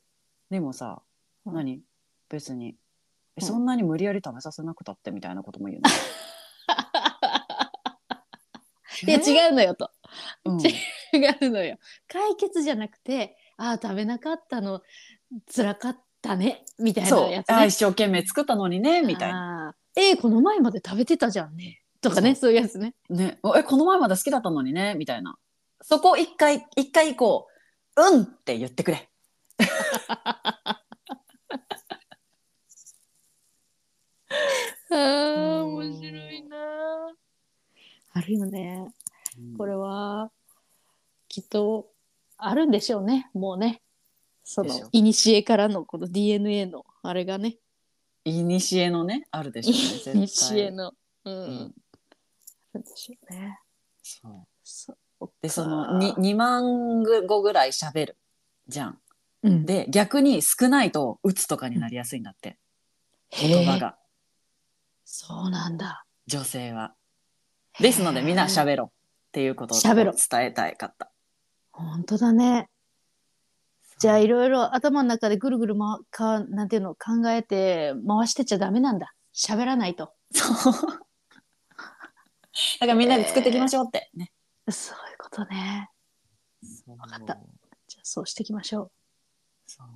Speaker 1: でもさ、
Speaker 3: うん
Speaker 1: 何別にえ
Speaker 3: うん
Speaker 1: そんなに無理やり食べさせなくたってみたいなことも 言うの
Speaker 3: いや、違うのよと。
Speaker 1: うん
Speaker 3: 違うのよ。解決じゃなくて、ああ、食べなかったの、辛かったね、みたいな
Speaker 1: そう、
Speaker 3: やつ
Speaker 1: あ
Speaker 3: ね
Speaker 1: 一。生懸命作ったのにねみたいな
Speaker 3: な。えーこの前まで食べてたじゃんね。とかね、
Speaker 1: そ
Speaker 3: そういうやつね。
Speaker 1: ねおえこの前まで好きだったのにねみたいなそこを一回一回こううんって言ってくれ
Speaker 3: あ
Speaker 1: ー
Speaker 3: あ、
Speaker 1: 面白い
Speaker 3: な。あるよね。これは、きっと、あるんでしょうね。もうね。そ
Speaker 1: でしょ
Speaker 3: の
Speaker 1: う、
Speaker 3: いにしえからのこの DNA の、あれがね、
Speaker 1: いにしえのねあるでしょうね絶
Speaker 3: い
Speaker 1: 対
Speaker 3: にしえの、うん、
Speaker 1: うん
Speaker 3: あるんでしょうね。
Speaker 1: そう
Speaker 3: そうか
Speaker 1: でその 2, 2万語ぐらい喋るじゃん
Speaker 3: うん、
Speaker 1: で逆に少ないと鬱とかになりやすいんだって言葉
Speaker 3: へえ、
Speaker 1: が
Speaker 3: そうなんだ。
Speaker 1: 女性はですのでみんな
Speaker 3: べ
Speaker 1: 喋ろうっていうことを
Speaker 3: 喋
Speaker 1: 伝
Speaker 3: ろう
Speaker 1: えたいかった
Speaker 3: 本当だね。じゃあいろいろ頭の中でぐるぐるまかなんていうの考えて回してちゃダメなんだ喋らないと
Speaker 1: そうだからみんなで作っていきましょうってね、
Speaker 3: そういうことね
Speaker 1: わ
Speaker 3: かったじゃあそうしていきましょ
Speaker 1: そう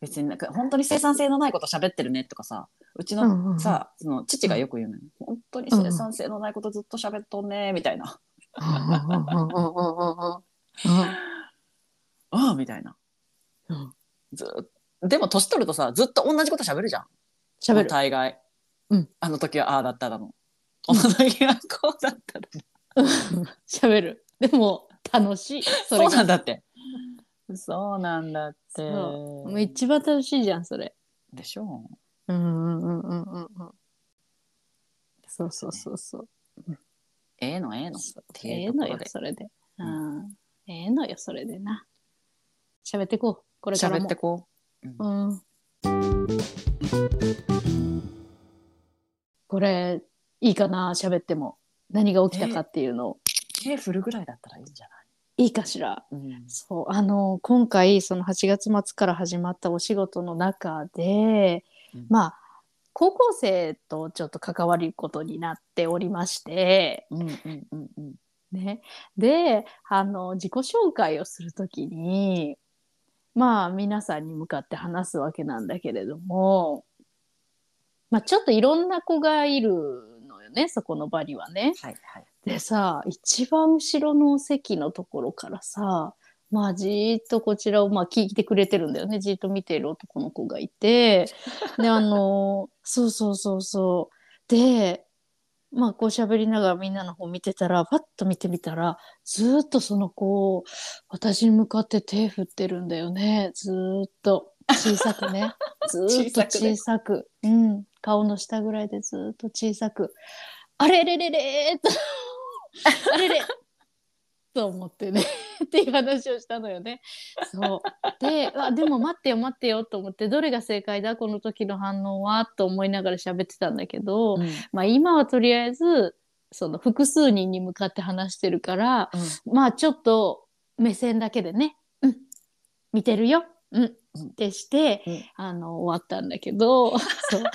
Speaker 1: 別になんか本当に生産性のないこと喋ってるねとかさうち
Speaker 3: う、うんうんう
Speaker 1: の
Speaker 3: ん
Speaker 1: さ、その父がよく言うのよ、本当に生産性のないことずっと喋っとんねみたいな、ああみたいな、
Speaker 3: うん
Speaker 1: ずでも年取るとさずっと同じこと喋るじゃん
Speaker 3: 喋る
Speaker 1: 大概、
Speaker 3: うん
Speaker 1: あの時はああだっただの この時はこうだっただの
Speaker 3: 喋るでも楽しいそ
Speaker 1: そ
Speaker 3: れ
Speaker 1: うな
Speaker 3: が
Speaker 1: んだってそうなんだって
Speaker 3: そうもう一番楽しいじゃんそれ
Speaker 1: でしょう
Speaker 3: うんうんうんうんうんうんそうそうそうそう
Speaker 1: ええのええの
Speaker 3: そう
Speaker 1: て
Speaker 3: え
Speaker 1: い
Speaker 3: え
Speaker 1: うとこ
Speaker 3: の
Speaker 1: ろで
Speaker 3: よそれで
Speaker 1: う
Speaker 3: うんええのよそれでな喋ってこうこれから
Speaker 1: 喋っ
Speaker 3: も
Speaker 1: てこう
Speaker 3: うんこれいいかな喋っても何が起きたかっていうのを
Speaker 1: 手振るぐらいだったらいいんじゃ
Speaker 3: いいかしら
Speaker 1: ない、
Speaker 3: そうあの今回その8月末から始まったお仕事の中で、
Speaker 1: うん
Speaker 3: まあ高校生とちょっと関わることになっておりまして、
Speaker 1: うんうんうんうん
Speaker 3: ね、であの自己紹介をするときにまあ皆さんに向かって話すわけなんだけれども、まあ、ちょっといろんな子がいるのよねそこの場にはね。
Speaker 1: はいはい
Speaker 3: でさ一番後ろの席のところからさまあじーっとこちらをまあ聞いてくれてるんだよねじーっと見ている男の子が いてであのそうそうそうそうでまあこう喋りながらみんなの方見てたらパッと見てみたらずーっとその子私に向かって手振ってるんだよねずーっと小さく ねずーっと小さく、うん、顔の下ぐらいでずーっと小さくあれれれれーっ とあれれと思ってね っていう話をしたのよね。そうであでも待ってよ待ってよと思ってどれが正解だこの時の反応はと思いながら喋ってたんだけど、
Speaker 1: うん
Speaker 3: まあ、今はとりあえずその複数人に向かって話してるから、まあちょっと目線だけでね、うん、見てるよ、うん、ってして、
Speaker 1: うん
Speaker 3: あの終わったんだけどそう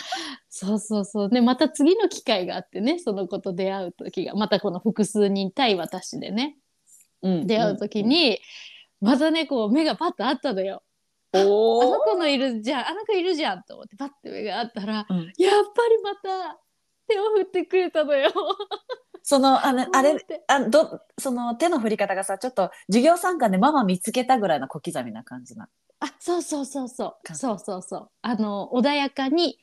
Speaker 3: そうそうそうねまた次の機会があってねその子と出会う時がまたこの複数人対私でね
Speaker 1: うん
Speaker 3: 出会う時に、またねこう目がパッとあったのよ。あの
Speaker 1: お
Speaker 3: 子のいるじゃんあの子いるじゃんと思ってパッて目があったら、
Speaker 1: うん
Speaker 3: やっぱりまた手を振ってくれたのよ。
Speaker 1: そのあのあれ
Speaker 3: 思って
Speaker 1: あどその手の振り方がさちょっと授業参観でママ見つけたぐらいの小刻みな感じ な
Speaker 3: あそうそうそうそう
Speaker 1: 感じ
Speaker 3: そうそうそうあの穏やかに、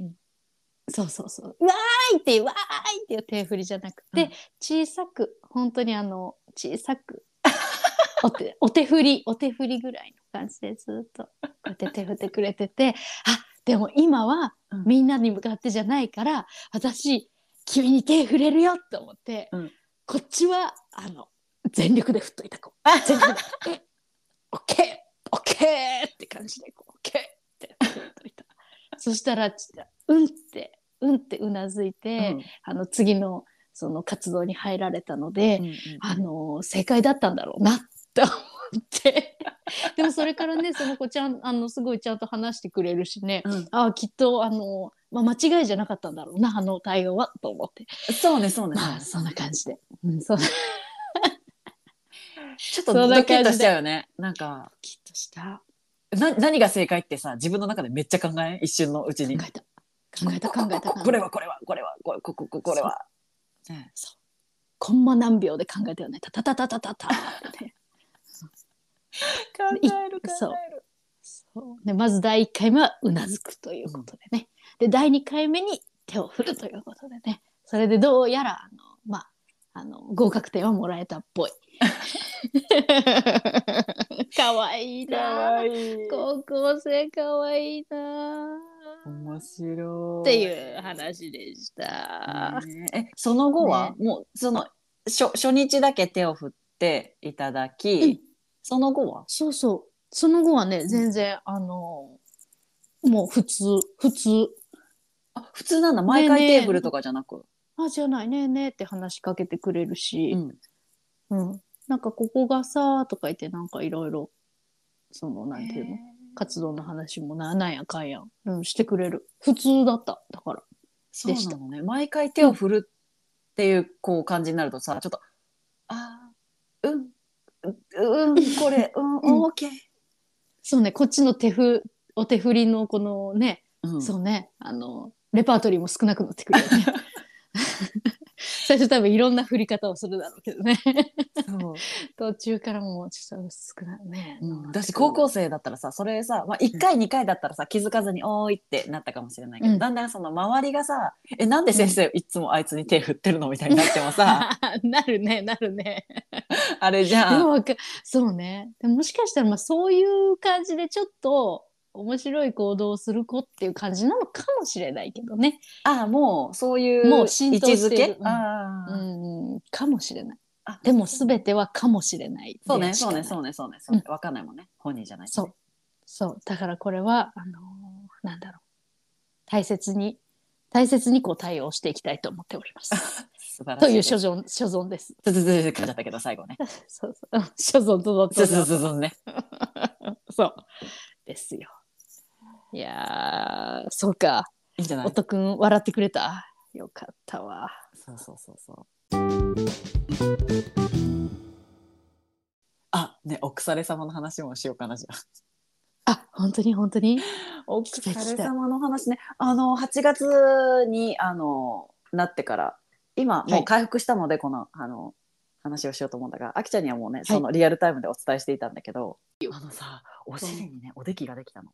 Speaker 3: そうそうそう「わーい!」っていう「わーい!」っていう手振りじゃなくて、
Speaker 1: うん
Speaker 3: 小さく本当にあの小さくお手お手振りお手振りぐらいの感じでずっとこうやって手振ってくれててあでも今は
Speaker 1: うん
Speaker 3: みんなに向かってじゃないから、私君に手振れるよと思って、
Speaker 1: うん
Speaker 3: こっちはあの全力で振っといたこう全力でオッケーオッケーって感じでこうオッケーって言っといた そしたらちうんってうんってうなずいて、
Speaker 1: うん
Speaker 3: あの次のその活動に入られたので、
Speaker 1: うんうん
Speaker 3: あの正解だったんだろうなって思って でもそれからねその子ちゃんあのすごいちゃんと話してくれるしね、
Speaker 1: うん
Speaker 3: あきっとあの、まあ、間違いじゃなかったんだろうなあの対応はと思って
Speaker 1: そうねそうね
Speaker 3: まあそんな感じで、うん、そんな
Speaker 1: ちょっと
Speaker 3: そんな
Speaker 1: ド
Speaker 3: 感じ
Speaker 1: キ
Speaker 3: で
Speaker 1: ッとしちゃうよねなんか
Speaker 3: きっとした
Speaker 1: な何が正解ってさ自分の中でめっちゃ考えん一瞬のうち
Speaker 3: 考
Speaker 1: に
Speaker 3: えた考えた考
Speaker 1: ここ
Speaker 3: えた
Speaker 1: こここれはこれはこれはこここここれはね
Speaker 3: コンマ何秒で考えたよね。タタタタタタタって。
Speaker 1: 考
Speaker 3: えるそうそうでまず第1回目はうなずくということでね。で第2回目に手を振るということでね。それでどうやらあのまああの合格点はもらえたっ ぽい。かわいいな。
Speaker 1: い
Speaker 3: 高校生かわいいな。
Speaker 1: 面白い
Speaker 3: っていう話でした。
Speaker 1: ねえその後は、もうその初初日だけ手を振っていただき、
Speaker 3: うん
Speaker 1: その後は
Speaker 3: そうそう。その後はね全然あのもう普通普通。
Speaker 1: あ普通なんだ毎回
Speaker 3: ねえねえ
Speaker 1: テーブルとかじゃなく、
Speaker 3: あ、じゃないねえねえって話しかけてくれるし、
Speaker 1: うん
Speaker 3: うん。なんかここがさ、とか言ってなんかいろいろ、その、なんていうの、活動の話もな、なんやかんやん、うん、してくれる。普通だった。だから。
Speaker 1: そうなのね毎回手を振るっていうこう感じになるとさちょっとあーうんうんうんこ れうん
Speaker 3: うん
Speaker 1: オーケー、
Speaker 3: そうね、こっちの手振、お手振りのこのね、
Speaker 1: うん
Speaker 3: そうね、あの、レパートリーも少なくなってくるよ ね。最初多分いろんな振り方をするだろうけどね。
Speaker 1: そう
Speaker 3: 途中からもうちょっと少ないね。
Speaker 1: うんだし高校生だったらさそれさ、まあ、1回2回だったらさ気づかずに「おーい」ってなったかもしれないけど、
Speaker 3: うん
Speaker 1: だんだんその周りがさ「えなんで先生いつもあいつに手振ってるの?」みたいになってもさ
Speaker 3: なるね、なるね。
Speaker 1: あれじゃ
Speaker 3: で
Speaker 1: ん。
Speaker 3: もわかそうねでももしかしたらまあそういう感じでちょっと面白い行動をする子っていう感じなのかもしれないけどね、
Speaker 1: ああもうそういう
Speaker 3: も
Speaker 1: 位
Speaker 3: う
Speaker 1: 置
Speaker 3: 浸透し
Speaker 1: づ
Speaker 3: てる
Speaker 1: け、
Speaker 3: うん
Speaker 1: あ
Speaker 3: う
Speaker 1: あ
Speaker 3: ん、かもしれない
Speaker 1: あ
Speaker 3: でも全てはかもしれない
Speaker 1: そうね
Speaker 3: でしか
Speaker 1: そう
Speaker 3: な
Speaker 1: ね
Speaker 3: い
Speaker 1: そうねそうねそうね分かんないもんね本人じゃないと
Speaker 3: そうそうだからこれはあのーなんだろう大切に大切にこう対応していきたいと思っております
Speaker 1: 素晴らしい
Speaker 3: という
Speaker 1: ち
Speaker 3: 所
Speaker 1: ょ
Speaker 3: 存所存です
Speaker 1: ずずずず噛んじゃったけど最後ね
Speaker 3: そうそううん所存と
Speaker 1: ず
Speaker 3: 存
Speaker 1: ずずずね
Speaker 3: そうですよいやーそうか
Speaker 1: いいんじゃない
Speaker 3: おとくん笑ってくれたよかったわ
Speaker 1: そうそうそうそうあねお腐れ様の話もしようかなじゃあ
Speaker 3: あ本当に本当に
Speaker 1: お
Speaker 3: きた聞きた
Speaker 1: 疲れ様の話ね。あの8月にあのなってから今もう回復したので、このあの話をしようと思うんだが、あきちゃんにはもうね、そのリアルタイムでお伝えしていたんだけど、あのさお尻にねおできができたの。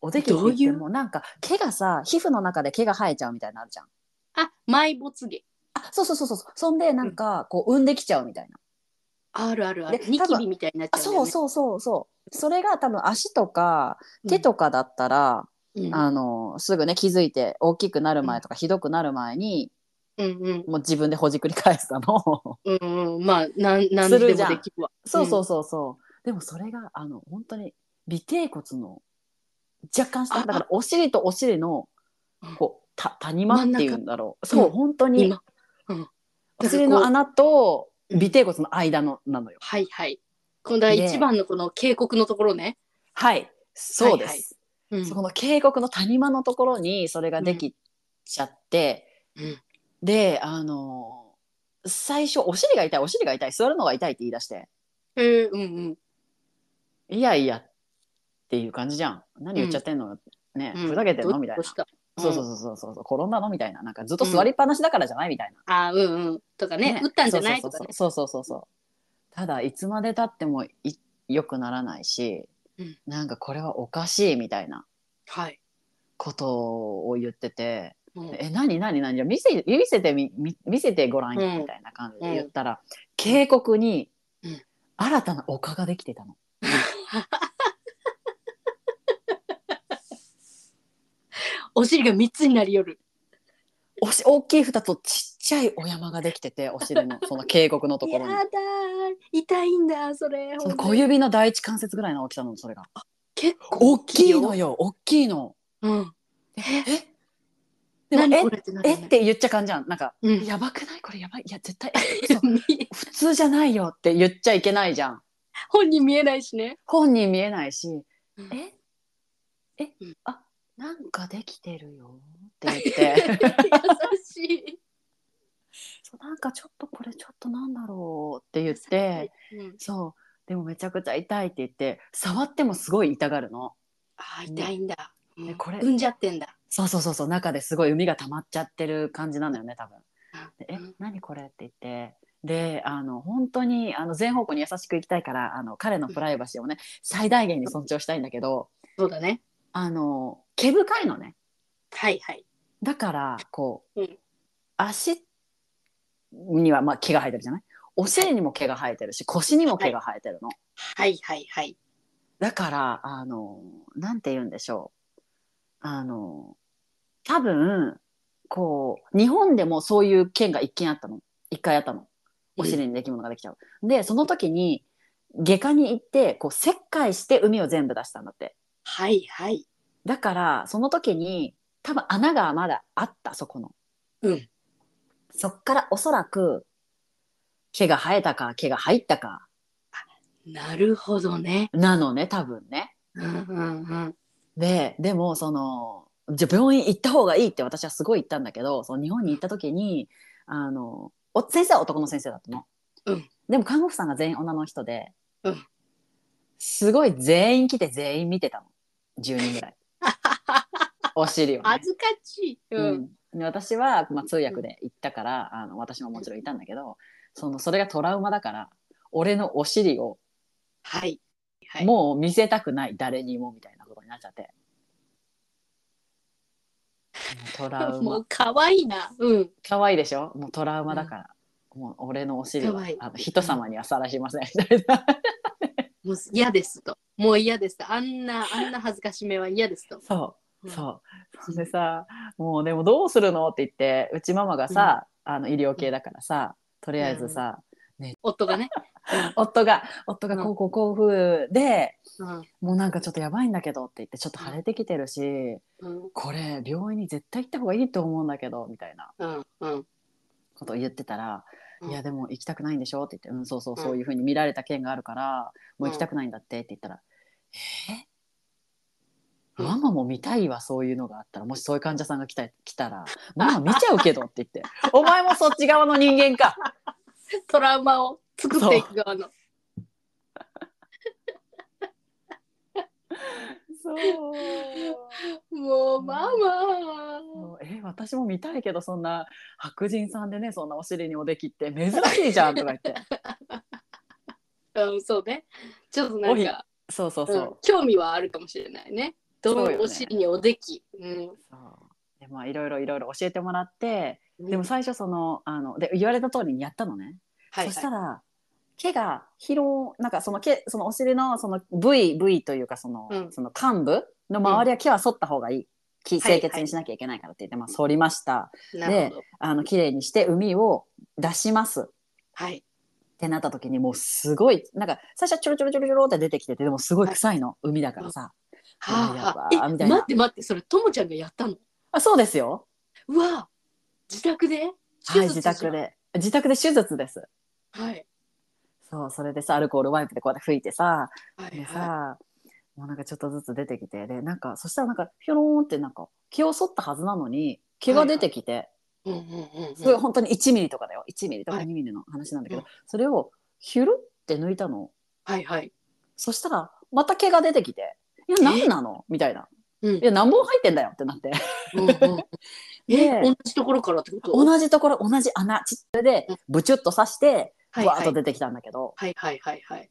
Speaker 1: おできって言ってもなんか毛がさ皮膚の中で毛が生えちゃうみたいになるじゃん。
Speaker 2: あ、埋没毛。
Speaker 1: あ
Speaker 4: あそうそうそうそうそんでなんかこう産んできちゃうみたいな、
Speaker 2: あるあるある
Speaker 1: で
Speaker 2: ニ
Speaker 1: 多
Speaker 2: キ
Speaker 1: 分
Speaker 2: ビみたいになっち
Speaker 1: あ
Speaker 2: ゃうんだ
Speaker 1: そう
Speaker 2: よね
Speaker 1: そうそうそうそれが多分足とか手とかだったら、
Speaker 2: うんうん
Speaker 1: あのすぐね気づいて大きくなる前とかひどくなる前に
Speaker 2: うん
Speaker 1: もう自分でほじくり返す たの
Speaker 2: うんうんうんまあなんなん
Speaker 1: す
Speaker 2: でも
Speaker 1: る
Speaker 2: で
Speaker 1: じゃん
Speaker 2: きるわ
Speaker 1: そうそうそうそう、でもそれがあの本当に尾てい骨の若干下
Speaker 2: あ
Speaker 1: だからお尻とお尻の
Speaker 2: うん
Speaker 1: こうた谷間っていうんだろう
Speaker 2: 真ん
Speaker 1: そう
Speaker 2: 中うん
Speaker 1: 本当に、
Speaker 2: 今うん
Speaker 1: お尻の穴と
Speaker 2: うん
Speaker 1: 尾てい骨の間のなのよ、
Speaker 2: はいはい今度は
Speaker 1: ね
Speaker 2: 一番のこの警告のところね
Speaker 1: はいそうです、
Speaker 2: はいはいうん
Speaker 1: そこの渓谷の谷間のところにそれができちゃって、
Speaker 2: うん
Speaker 1: であの最初お尻が痛いお尻が痛い座るのが痛いって言い出して
Speaker 2: えーうんうん
Speaker 1: いやいやっていう感じじゃん何言っちゃってんの、ね
Speaker 2: うん
Speaker 1: ふざけてんの、
Speaker 2: ど
Speaker 1: みたい
Speaker 2: ど
Speaker 1: な
Speaker 2: うした
Speaker 1: そうそう
Speaker 2: うん
Speaker 1: そうそうそう転んだのみたいななんかずっと座りっぱなしだからじゃないみたいな、
Speaker 2: あーうんうんとかね打ったんじゃない
Speaker 1: そ
Speaker 2: と
Speaker 1: う
Speaker 2: かね
Speaker 1: そうそうそうそうそうそうただいつまでたってもい良くならないし、
Speaker 2: うん
Speaker 1: なんかこれはおかしいみたいな
Speaker 2: はい
Speaker 1: ことを言ってて、
Speaker 2: うん
Speaker 1: え、何何何じゃあ見せ、見せてみ、み見せてごらんよ、
Speaker 2: うん
Speaker 1: みたいな感じで言ったら、警告に
Speaker 2: うん、
Speaker 1: 新たな丘ができてたの。
Speaker 2: お尻が三つになりよる
Speaker 1: おし、大きい蓋とちっちゃいお山ができてて、お尻 の、その警告のところに。
Speaker 2: ー痛いんだそれ
Speaker 1: その
Speaker 2: ほんと
Speaker 1: 小指の第一関節ぐらいの大きさなの、それが。
Speaker 2: 結構
Speaker 1: 大きいの
Speaker 2: よ、
Speaker 1: よ、大きいの。
Speaker 2: うん、
Speaker 1: でも、
Speaker 2: 何
Speaker 1: え
Speaker 2: こ、れってなる
Speaker 1: え
Speaker 2: よ
Speaker 1: っ
Speaker 2: ね
Speaker 1: て言っちゃ感じじゃん。なんか、
Speaker 2: うん
Speaker 1: やばくないこれやばい。いや、絶対、嘘普通じゃないよって言っちゃいけないじゃん。
Speaker 2: 本人見えないしね
Speaker 1: 本人見えないし、
Speaker 2: うん
Speaker 1: ええ、
Speaker 2: うん
Speaker 1: あなんかできてるよって言って
Speaker 2: 優しい
Speaker 1: そうなんかちょっとこれちょっとなんだろうって言って、
Speaker 2: うん、
Speaker 1: そうでもめちゃくちゃ痛いって言って触ってもすごい痛がるの
Speaker 2: あー痛いんだ、うん
Speaker 1: ねこれ
Speaker 2: 産んじゃってんだ
Speaker 1: そうそうそうそう中ですごい海が溜まっちゃってる感じなのよね多分。でえ
Speaker 2: うん
Speaker 1: 何これって言ってであの本当にあの全方向に優しくいきたいからあの彼のプライバシーをね最大限に尊重したいんだけど
Speaker 2: そうだね
Speaker 1: あの毛深いのね。
Speaker 2: はいはい
Speaker 1: だからこう、
Speaker 2: うん
Speaker 1: 足にはまあ毛が生えてるじゃないお尻にも毛が生えてるし腰にも毛が生えてるの、
Speaker 2: はいはいはい
Speaker 1: だからあのなんて言うんでしょうあの多分こう日本でもそういう件が一件あったの一回あったのお尻にできるものができちゃう、でその時に外科に行ってこう切開して海を全部出したんだって
Speaker 2: はいはい
Speaker 1: だからその時に多分穴がまだあったそこの
Speaker 2: うん
Speaker 1: そっからおそらく毛が生えたか毛が入ったか
Speaker 2: なるほどね
Speaker 1: なのね多分ね。
Speaker 2: うんうんうん
Speaker 1: ででもそのじゃあ病院行った方がいいって私はすごい言ったんだけどその日本に行った時にあのお先生は男の先生だったの。
Speaker 2: うん
Speaker 1: でも看護婦さんが全員女の人で、
Speaker 2: うん
Speaker 1: すごい全員来て全員見てたの10人ぐ らいお尻を、ね。
Speaker 2: 恥ずかしい、うん
Speaker 1: うん、で私は、まあ、通訳で行ったから、あの私ももちろんいたんだけどそのそれがトラウマだから俺のお尻を
Speaker 2: はいはい
Speaker 1: もう見せたくない、誰にもみたいなことになっちゃって。もうトラウ
Speaker 2: も
Speaker 1: マ
Speaker 2: う可愛いなうん
Speaker 1: 可愛いでしょもうトラウマだから、もう俺のお尻
Speaker 2: 可
Speaker 1: は
Speaker 2: 愛い
Speaker 1: あの人様にはさらしませんみたいな
Speaker 2: もう嫌ですと。もう嫌ですと。あんな、あんな恥ずかしめは嫌ですと。
Speaker 1: そううんそうそんでさもうでもどうするのって言ってうちママがさ、あの医療系だからさとりあえずさ、
Speaker 2: 夫がね。
Speaker 1: 夫が夫がこうこうこういう風で、
Speaker 2: うん。
Speaker 1: もうなんかちょっとやばいんだけどって言ってちょっと腫れてきてるし
Speaker 2: うん。
Speaker 1: これ病院に絶対行った方がいいと思うんだけどみたいな
Speaker 2: うん。うん。
Speaker 1: ことを言ってたら「
Speaker 2: うん
Speaker 1: いやでも行きたくないんでしょ?」って言って「うんそうそう
Speaker 2: うん
Speaker 1: そういうふうに見られた件があるから、もう行きたくないんだって」って言ったら「
Speaker 2: うん
Speaker 1: ママも見たいわそういうのがあったらもしそういう患者さんが来た来たらママ見ちゃうけど」って言 って「お前もそっち側の人間か
Speaker 2: トラウマを作っていく側の。」
Speaker 1: そう
Speaker 2: もう、ママ。
Speaker 1: もうえ私も見たいけどそんな白人さんでねそんなお尻におできって珍しいじゃんとか言って
Speaker 2: うん、そうね。ちょっとなんか、
Speaker 1: そうそう
Speaker 2: う
Speaker 1: そ
Speaker 2: ん
Speaker 1: う、
Speaker 2: 興味はあるかもしれないね。ど
Speaker 1: そうよ
Speaker 2: う
Speaker 1: ね
Speaker 2: お尻におでき。うん。
Speaker 1: そうでまあいろいろいろいろ教えてもらってでも最初そのあので言われた通りにやったのね、
Speaker 5: はい
Speaker 1: そしたら毛が広なんかその毛そのお尻のその部位部位というかその,、
Speaker 5: うん
Speaker 1: その幹部の周りは毛は剃った方がいい、き
Speaker 5: はい
Speaker 1: 清潔にしなきゃいけないからって言って、まあ、剃りました
Speaker 5: なるほど。
Speaker 1: あの綺麗にして海を出します
Speaker 5: はい。
Speaker 1: ってなった時にもうすごいなんか最初はちょろちょろちょろちょろって出てきててでもすごい臭いの、海だからさ
Speaker 5: はあ、はあ、
Speaker 1: い
Speaker 5: え、
Speaker 1: やばーみたいな
Speaker 5: 待って待って、それ、ともちゃんがやったの
Speaker 1: あそうですよ
Speaker 5: うわ自宅で
Speaker 1: はい
Speaker 5: 手
Speaker 1: 自
Speaker 5: 術じゃん
Speaker 1: 宅で自宅で手術です
Speaker 5: はい。
Speaker 1: そうそれでさアルコールワイプでこうやって拭いてさ
Speaker 5: はい、
Speaker 1: で
Speaker 5: は
Speaker 1: さもうなんかちょっとずつ出てきてでなんかそしたらなんかひょろーんってなんか毛を剃ったはずなのに毛が出てきて、
Speaker 5: い。うんうんうん
Speaker 1: それ本当に1ミリとかだよ1ミリとか
Speaker 5: はい
Speaker 1: 2ミリの話なんだけど、
Speaker 5: うん
Speaker 1: それをひゅるって抜いたの
Speaker 5: はい はい。
Speaker 1: そしたらまた毛が出てきて「いや何なの?」みたいな「
Speaker 5: うん
Speaker 1: いや何本入ってんだよ」ってなって
Speaker 5: うんうんえ、
Speaker 1: で
Speaker 5: 同じところからってこと
Speaker 1: 同じところ同じ穴ちそれで
Speaker 5: うん
Speaker 1: ブチュッと刺して
Speaker 5: はい
Speaker 1: わ
Speaker 5: は
Speaker 1: ーっ
Speaker 5: い
Speaker 1: と出てきたんだけど、
Speaker 5: はいはいはいはい。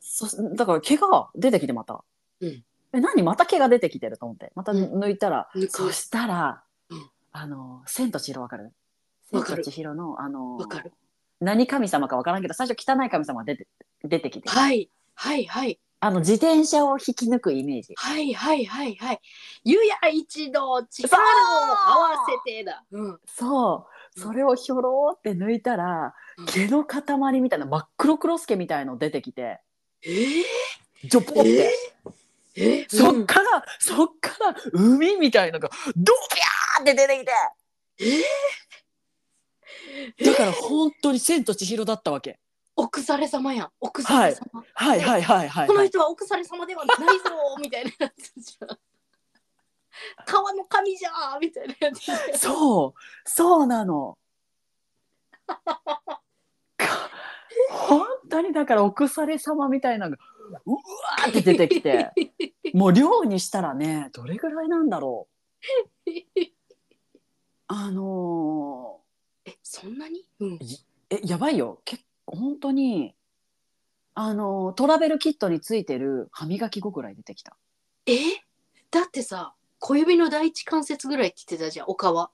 Speaker 1: そだから毛が出てきてまた。
Speaker 5: うん
Speaker 1: え何また毛が出てきてると思ってまた
Speaker 5: うん
Speaker 1: 抜いたら、
Speaker 5: 抜く
Speaker 1: そしたら、
Speaker 5: うん
Speaker 1: あの「千と千尋」わかる
Speaker 5: わ
Speaker 1: 千
Speaker 5: か
Speaker 1: と
Speaker 5: る
Speaker 1: 千尋のあの
Speaker 5: わかる。
Speaker 1: 何神様かわからんけど最初汚い神様が出て出てきて、
Speaker 5: はいはいはい
Speaker 1: あの自転車を引き抜くイメージ。
Speaker 5: はいはいはいはい。ゆや一度力を合わせてだ。うん。
Speaker 1: そうそれをひょろーって抜いたら、
Speaker 5: うん
Speaker 1: 毛の塊みたいな真っ黒クロスケみたいの出てきて
Speaker 5: えー、
Speaker 1: ジョポって、
Speaker 5: えー、
Speaker 1: そっから、そっから海みたいのがドビャーって出てきて
Speaker 5: え
Speaker 1: だから本当に「千と千尋」だったわけ。
Speaker 5: お腐れ様やん。お腐れ様。
Speaker 1: はいはいはいはい、
Speaker 5: こ
Speaker 1: は
Speaker 5: の
Speaker 1: い。
Speaker 5: 人はお腐れ様ではないぞみたいなやつじ ゃん。川の神じゃんみたいなやつじゃん。
Speaker 1: そうそうなの。か本当にだからお腐れ様みたいなのがうわーって出てきてもう量にしたらねどれぐらいなんだろうあの
Speaker 5: え、そんなに？うん。
Speaker 1: ーえやばいよ結構本当にあのートラベルキットについてる歯磨き粉ぐらい出てきた
Speaker 5: えだってさ小指の第一関節ぐらいって言ってたじゃんおかわ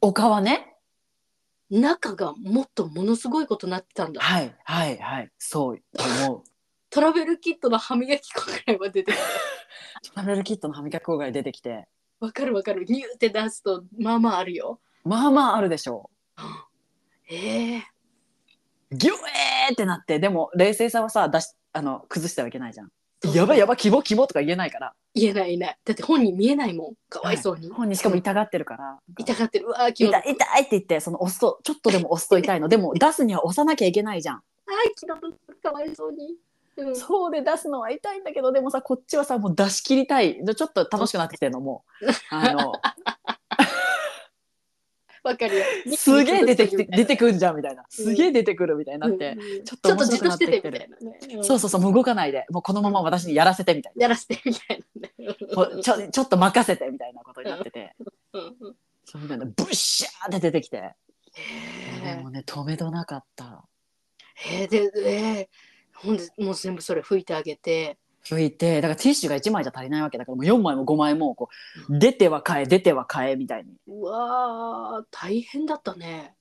Speaker 1: おかわね
Speaker 5: 中がもっとものすごいことなってたんだ
Speaker 1: はいはいはいそう思う
Speaker 5: トラベルキットの歯磨き粉ぐらいは出てた
Speaker 1: トラベルキットの歯磨き粉ぐらい出てきて
Speaker 5: わかるわかるニューって出すとまあまああるよ
Speaker 1: まあまああるでしょう
Speaker 5: ええ
Speaker 1: ギョエーってなってでも冷静さはさ出しあの崩してはいけないじゃん。やばいやばい希望希望とか言えないから
Speaker 5: 言えない言えないだって本人見えないもんかわいそうに、
Speaker 1: 本人しかも痛がってるから
Speaker 5: 痛がってるうわー気
Speaker 1: 痛
Speaker 5: の毒
Speaker 1: い痛いって言ってその押すとちょっとでも押すと痛いので も出すには押さなきゃいけないじゃん。
Speaker 5: あー気の毒かわいそうに、うん、
Speaker 1: そうで出すのは痛いんだけどでもさこっちはさもう出し切りたいでちょっと楽しくなってきてるのも うあの
Speaker 5: わかるよ
Speaker 1: すげえ出て きて出て
Speaker 5: く
Speaker 1: くんじゃんみたいなすげえ出てくるみたいになって、
Speaker 5: ち
Speaker 1: ちょっ
Speaker 5: ょ
Speaker 1: と
Speaker 5: っと
Speaker 1: 面白
Speaker 5: じっ
Speaker 1: く
Speaker 5: と
Speaker 1: な
Speaker 5: し
Speaker 1: って
Speaker 5: て
Speaker 1: き
Speaker 5: て
Speaker 1: て
Speaker 5: みた
Speaker 1: る。
Speaker 5: いなね、うん
Speaker 1: そうそうそうもう動かないでもうこのまま私にやらせてみたいな
Speaker 5: やらせてみたいなね
Speaker 1: こうちょちょっと任せてみたいなことになってて。
Speaker 5: うんうん
Speaker 1: そうみたいなブッシャーって出てきて、
Speaker 5: へ
Speaker 1: もうね止めどなかった
Speaker 5: えー、で、えー、ほんでもう全部それ拭いてあげて
Speaker 1: 拭いてだからティッシュが1枚じゃ足りないわけだからもう4枚も5枚もこう出ては変え出ては変えみたいに
Speaker 5: うわー大変だったね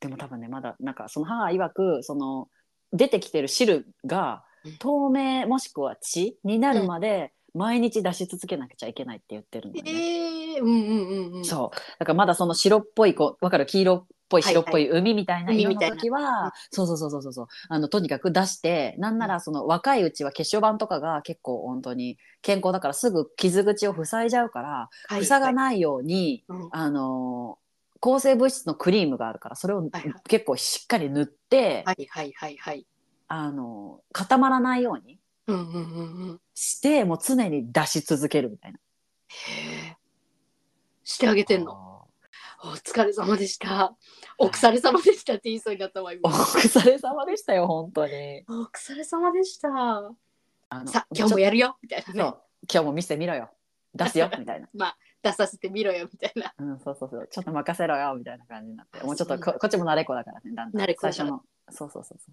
Speaker 1: でも多分ねまだなんかその母曰くその出てきてる汁が
Speaker 5: うん
Speaker 1: 透明もしくは血になるまで毎日出し続けなくちゃいけないって言ってるんだよね、
Speaker 5: えー、うんうんうんうん
Speaker 1: そうだからまだその白っぽいこうわかる黄色っぽい白っぽい海みたいな
Speaker 5: 海
Speaker 1: 色
Speaker 5: み
Speaker 1: の
Speaker 5: たいな
Speaker 1: 時はそうそうそうそうそうそうあのとにかく出してなんならその若いうちは血小板とかが結構本当に健康だからすぐ傷口を塞いじゃうから
Speaker 5: はいはい
Speaker 1: 塞がないように、
Speaker 5: うん
Speaker 1: あのー抗生物質のクリームがあるからそれを
Speaker 5: はいはい
Speaker 1: 結構しっかり塗って、
Speaker 5: はいはいはいはい
Speaker 1: あのー固まらないように
Speaker 5: うんうんうんうん
Speaker 1: してもう常に出し続けるみたいな。
Speaker 5: へえしてあげてんの
Speaker 1: あー
Speaker 5: お疲れ様でしたお疲れ様でしたって言いそうになったわ 今
Speaker 1: お疲れ様でしたよ本当に。
Speaker 5: お疲れ様でした
Speaker 1: あの
Speaker 5: さ今日もやるよみたいな
Speaker 1: そ
Speaker 5: ね
Speaker 1: う今日も見せてみろよ出すよみ たいな、
Speaker 5: 出させてみろよみたいな
Speaker 1: うん、そうそうそうちょっと任せろよみたいな感じになってもうちょっ
Speaker 5: あ
Speaker 1: と
Speaker 5: そう
Speaker 1: ここっちも慣れっこだからねだんだん
Speaker 5: 慣れっこだから
Speaker 1: 最初のそうそうそうそ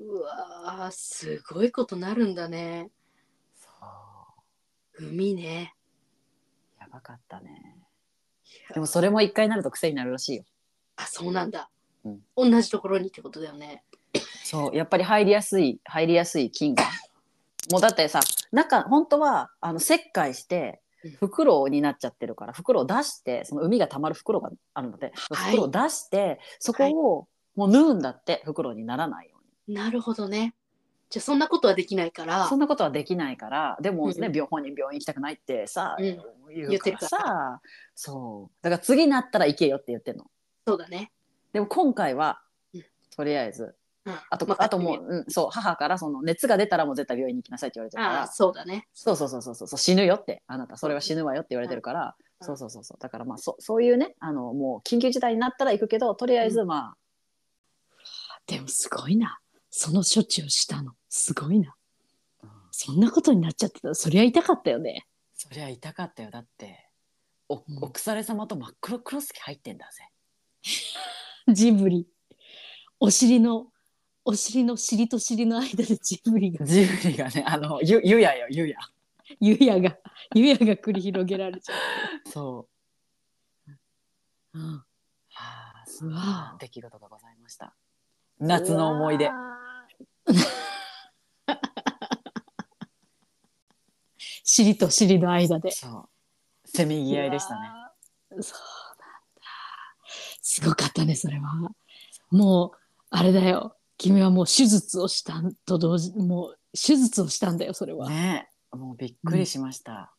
Speaker 1: う
Speaker 5: うわーすごいことなるんだね
Speaker 1: そう
Speaker 5: 海ね
Speaker 1: やばかったね
Speaker 4: でもそれも一回なると癖になるらしいよ。
Speaker 5: あそうなんだ、
Speaker 4: うん
Speaker 5: 同じところにってことだよね
Speaker 4: そう、
Speaker 1: やっぱり入りやすい入りやすい菌がもうだってさ中本当はあの切開して
Speaker 5: うん
Speaker 1: 袋になっちゃってるから袋を出してその海がたまる袋があるので、
Speaker 5: はい
Speaker 1: 袋を出してそこをもう縫うんだって袋にならないように、
Speaker 5: なるほどねじゃあそんなことはできないから
Speaker 1: そんなことはできないからでもね、
Speaker 5: うん
Speaker 1: 病本人病院行きたくないってさ、
Speaker 5: うん
Speaker 1: 言
Speaker 5: 言
Speaker 1: う
Speaker 5: っ
Speaker 1: か
Speaker 5: てる
Speaker 1: ら
Speaker 5: から
Speaker 1: さそうだから次なったら行けよって言ってんの
Speaker 5: そうだね
Speaker 1: でも今回は
Speaker 5: うん
Speaker 1: とりあえず
Speaker 5: うん
Speaker 1: あと,、
Speaker 5: ま
Speaker 1: あともう、うん、そう母からその熱が出たらもう絶対病院に行きなさいって言われてるか
Speaker 5: あ
Speaker 1: ら
Speaker 5: あそうだね
Speaker 1: そうそうそうそうそう死ぬよってあなたそれは死ぬわよって言われてるから、
Speaker 5: うん
Speaker 1: そうそうそうそうだからまあそそういうねあのもう緊急事態になったら行くけどとりあえずまあ、
Speaker 3: でもすごいな。その処置をしたの。すごいな。そんなことになっちゃってたら、そりゃ痛かったよね。
Speaker 1: そりゃ痛かったよだってお
Speaker 3: ん
Speaker 1: お腐れ様と真っ黒クロスキ入ってんだぜ
Speaker 3: ジブリ。お尻の、お尻の尻と尻の間でジブリが、
Speaker 1: ジブリがね あのゆゆやよゆや
Speaker 3: 湯やが、湯やが繰り広げられちゃ
Speaker 1: そう
Speaker 3: う。うん
Speaker 1: はあ
Speaker 3: うわ
Speaker 1: 出来事がございました夏の思い出
Speaker 3: 尻と尻の間で。
Speaker 1: そうせめぎ合いでしたね
Speaker 3: そうなんだ。すごかったね、それは。もう、あれだよ。君はもう手術をしたんと同時に、もう手術をしたんだよ、それは。
Speaker 1: ねえもうびっくりしました、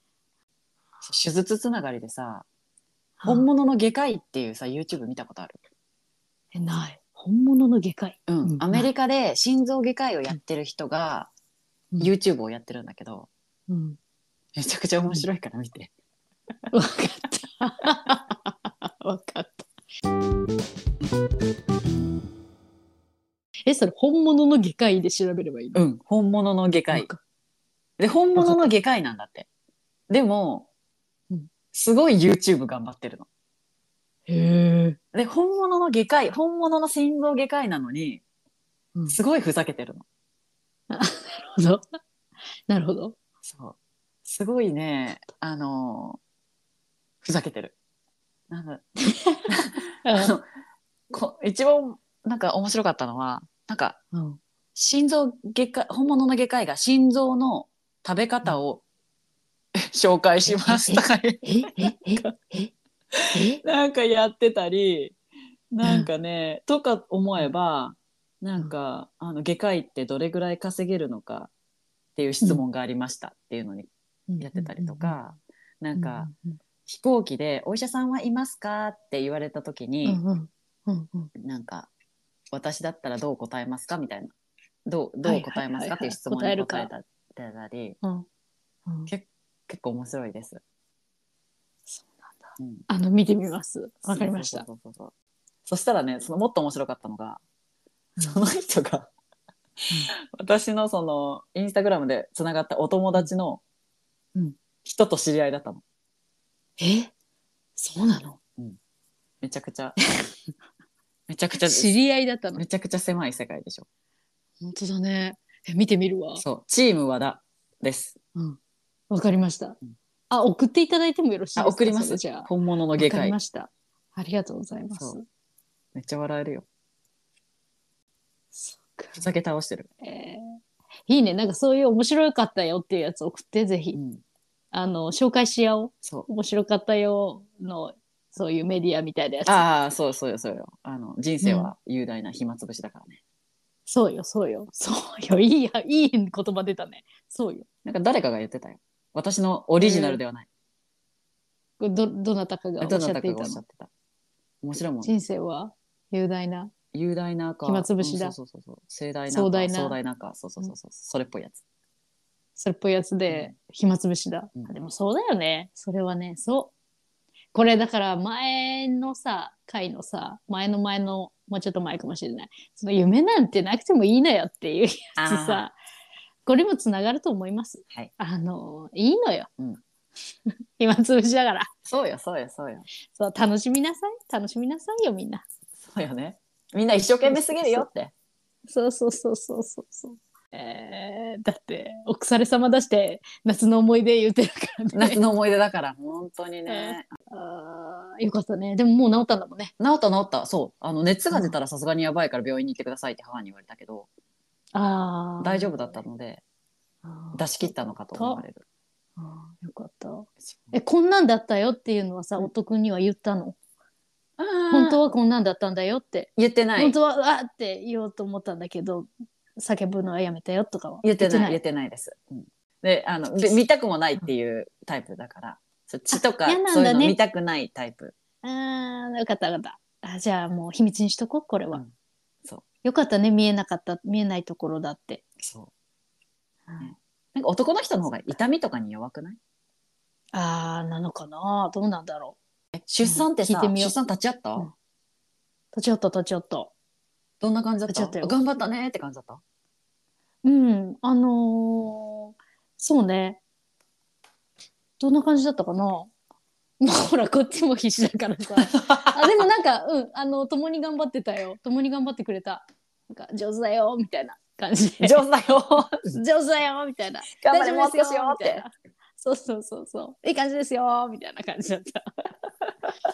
Speaker 1: 手術つながりでさ
Speaker 3: は
Speaker 1: 本物の外科医っていうさ YouTube 見たことある、
Speaker 3: えない。本物の外科医。
Speaker 1: うん
Speaker 3: うん
Speaker 1: アメリカで心臓外科医をやってる人が
Speaker 3: うん
Speaker 1: YouTube をやってるんだけど
Speaker 3: うん。
Speaker 1: めちゃくちゃ面白いから見て、
Speaker 3: わかった。わ かった。え、それ本物の外科医で調べればいいの、
Speaker 1: うん、本物の外科
Speaker 3: わ
Speaker 1: 医
Speaker 3: か
Speaker 1: で本物の外科医なんだってでも、
Speaker 3: うん
Speaker 1: すごい YouTube 頑張ってるの
Speaker 3: へえ。
Speaker 1: で本物の外科医本物の心臓外科医なのに
Speaker 3: うん
Speaker 1: すごいふざけてるの
Speaker 3: なるほど。なるほど。
Speaker 1: そうすごいねあのふざけてるなんだあ のこ一番なんか面白かったのはなんか
Speaker 3: うん。
Speaker 1: 心臓外科本物の外科医が心臓の食べ方を 紹介しますとかいう
Speaker 3: え、え、え、え、え、
Speaker 1: なんかやってたりなんかね、とか思えばなんか、あの外科医ってどれぐらい稼げるのかっていう質問がありましたっていうのにやってたりとか、なんか、飛行機で「お医者さんはいますか?」って言われた時
Speaker 3: う
Speaker 1: に、
Speaker 3: んうんうんうん。
Speaker 1: なんか私だったらどう答えますかみたいなどうどう答えますかっていう質問
Speaker 3: はいは
Speaker 1: に
Speaker 3: いはい
Speaker 1: 答
Speaker 3: は
Speaker 1: え
Speaker 3: い
Speaker 1: たたり
Speaker 3: うんうん
Speaker 1: 結構面白いです。うん
Speaker 3: あの、見てみます。わかりまし
Speaker 1: そう
Speaker 3: た。
Speaker 1: そうそうそうそしたらねそのもっと面白かったのがその人が私のそのインスタグラムでつながったお友達の
Speaker 3: うん
Speaker 1: 人と知り合いだったの
Speaker 3: え、そうなの
Speaker 1: めちゃくちゃめちゃくち ゃ
Speaker 3: 知り合いだったの
Speaker 1: めちゃくちゃ狭い世界でしょ
Speaker 3: 本当だね。え見てみるわ。
Speaker 1: そうチーム和田です
Speaker 3: わかりました
Speaker 1: うん。
Speaker 3: あ、送っていただいてもよろしいです
Speaker 1: あ
Speaker 3: か
Speaker 1: 送りま
Speaker 3: それ
Speaker 1: す
Speaker 3: じゃあ。
Speaker 1: 本物の
Speaker 3: わ
Speaker 1: 外
Speaker 3: か
Speaker 1: 科
Speaker 3: り
Speaker 1: 医
Speaker 3: ました。ありがとうございま
Speaker 1: そ
Speaker 3: す。
Speaker 1: めっちゃ笑えるよ
Speaker 3: そ
Speaker 1: ふざけ倒してる、
Speaker 3: えーいいね。なんかそういう面白かったよっていうやつ送って、ぜひ。
Speaker 1: ん、
Speaker 3: あの、紹介し合おう。
Speaker 1: そう
Speaker 3: 面白かったよの、そういうメディアみたいなやつ。
Speaker 1: ああそうそうよそうよあの人生は雄大な暇つぶしだからね、
Speaker 3: そうよ、そうよ。そうよ。いいや、いい言葉出たね。そうよ。
Speaker 1: なんか誰かが言ってたよ私のオリジナルではない、
Speaker 3: これど、どなたかがおっし
Speaker 1: どな
Speaker 3: ゃ
Speaker 1: た
Speaker 3: っ
Speaker 1: か
Speaker 3: て
Speaker 1: が
Speaker 3: い
Speaker 1: お
Speaker 3: た
Speaker 1: っしゃ
Speaker 3: の
Speaker 1: っ。てた面白いもん
Speaker 3: 人生は雄大な。
Speaker 1: 雄大なか
Speaker 3: 暇つぶしだ
Speaker 1: うんそうそうそうそう盛大なか
Speaker 3: 壮大な
Speaker 1: 壮大なかそうそうそうそう、それっぽい やつ
Speaker 3: それっぽいやつで、暇つぶしだ、
Speaker 1: うん
Speaker 3: でもそうだよね。それはね、そう。これだから前のさ、回のさ、前の前の、もうちょっと前かもしれない。その夢なんてなくてもいいのよっていうやつさ、これもつながると思います。
Speaker 1: はい
Speaker 3: あの、いいのよ。
Speaker 1: うん
Speaker 3: 暇つぶしだから。
Speaker 1: そうよそうよそうよ
Speaker 3: そう、楽しみなさい。楽しみなさいよ、みんな。
Speaker 1: そうよねみんな一生懸命すぎるよって
Speaker 3: そうそうそうそうそうそう。えー、だって、お腐れ様出して、夏の思い出言うてるからね。
Speaker 1: 夏の思い出だから本当にね、
Speaker 3: あよかったね。でももう治ったんだもんね。
Speaker 4: 治った治ったそうあの熱が出たらさすがにやばいから病院に行ってくださいって母に言われたけど
Speaker 3: ああ。
Speaker 4: 大丈夫だったので
Speaker 3: あー
Speaker 4: 出し切ったのかと思われる
Speaker 3: あーよかった。え、こんなんだったよっていうのはさ、夫君には言ったの。本
Speaker 4: 本
Speaker 3: 当はこんなんだったんだよって。
Speaker 4: 言ってない
Speaker 3: 本当は、あーって言おうと思ったんだけど、叫ぶのはやめたよとかは。
Speaker 4: 言ってない言ってないです、うんであので見たくもないっていうタイプだからそう血とか
Speaker 3: あ嫌なんだね
Speaker 4: そういうの見たくないタイプ
Speaker 3: ああ、よかったよかった。あじゃあもう秘密にしとこう、これは。
Speaker 4: うんそう
Speaker 3: よかったね、見えなかった、見えないところだって。
Speaker 4: そう、ねなんか男の人の方が痛みとかに弱くない
Speaker 3: ああ、なのかなどうなんだろ
Speaker 4: え出産って
Speaker 3: 聞
Speaker 4: さ、
Speaker 3: いてみよう
Speaker 4: 出産立ち会った、
Speaker 3: うんう。立ち寄った、立ち寄った。
Speaker 4: どんな感じだっ
Speaker 3: 立ち会
Speaker 4: た
Speaker 3: ったよ
Speaker 4: 頑張ったねって感じだ った
Speaker 3: うん、あのーそうね。どんな感じだったかな もうほら、こっちも必死だからさ。あでもなんか、うん、あの、共に頑張ってたよ。共に頑張ってくれた。なんか、上手だよ、みたいな感じで。
Speaker 1: 上手だよ。
Speaker 3: 上手だよ、みたいな。
Speaker 1: 頑張
Speaker 3: 大
Speaker 1: れ
Speaker 3: 丈
Speaker 1: も
Speaker 3: 夫
Speaker 1: う
Speaker 3: ですよ
Speaker 1: 少しよっ
Speaker 3: みたい
Speaker 1: て。
Speaker 3: なそうそうそうそういい感じですよみたいな感じだった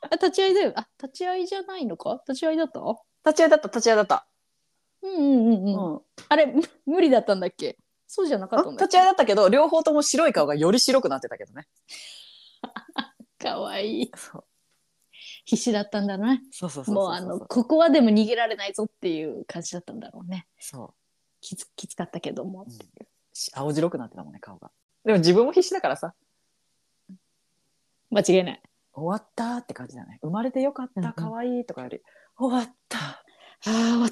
Speaker 3: あ立ち会いだよあ立ち会いじゃないのか立ち会いだった
Speaker 1: 立ち会いだった、立ち会いだった。
Speaker 3: うんうんうん、うん、
Speaker 1: うん。
Speaker 3: あれむ無理だったんだっけそうじゃなかったんだ
Speaker 1: 立
Speaker 3: っけ
Speaker 1: ち会いだったけど、両方とも白い顔がより白くなってたけどね。
Speaker 3: かわいい
Speaker 1: そう
Speaker 3: 必死だったんだね
Speaker 1: そうそうそうそう。
Speaker 3: もうあのここはでも逃げられないぞっていう感じだったんだろうね
Speaker 1: そう。
Speaker 3: きつきつかったけども、
Speaker 1: うんし青白くなってたもんね、顔が。でも自分も必死だからさ、
Speaker 3: 間違いない
Speaker 1: 終わったって感じだね。生まれてよかっ
Speaker 3: うんう
Speaker 1: た、
Speaker 3: ん
Speaker 1: 可愛いとかより、終わった、
Speaker 3: あー終わっ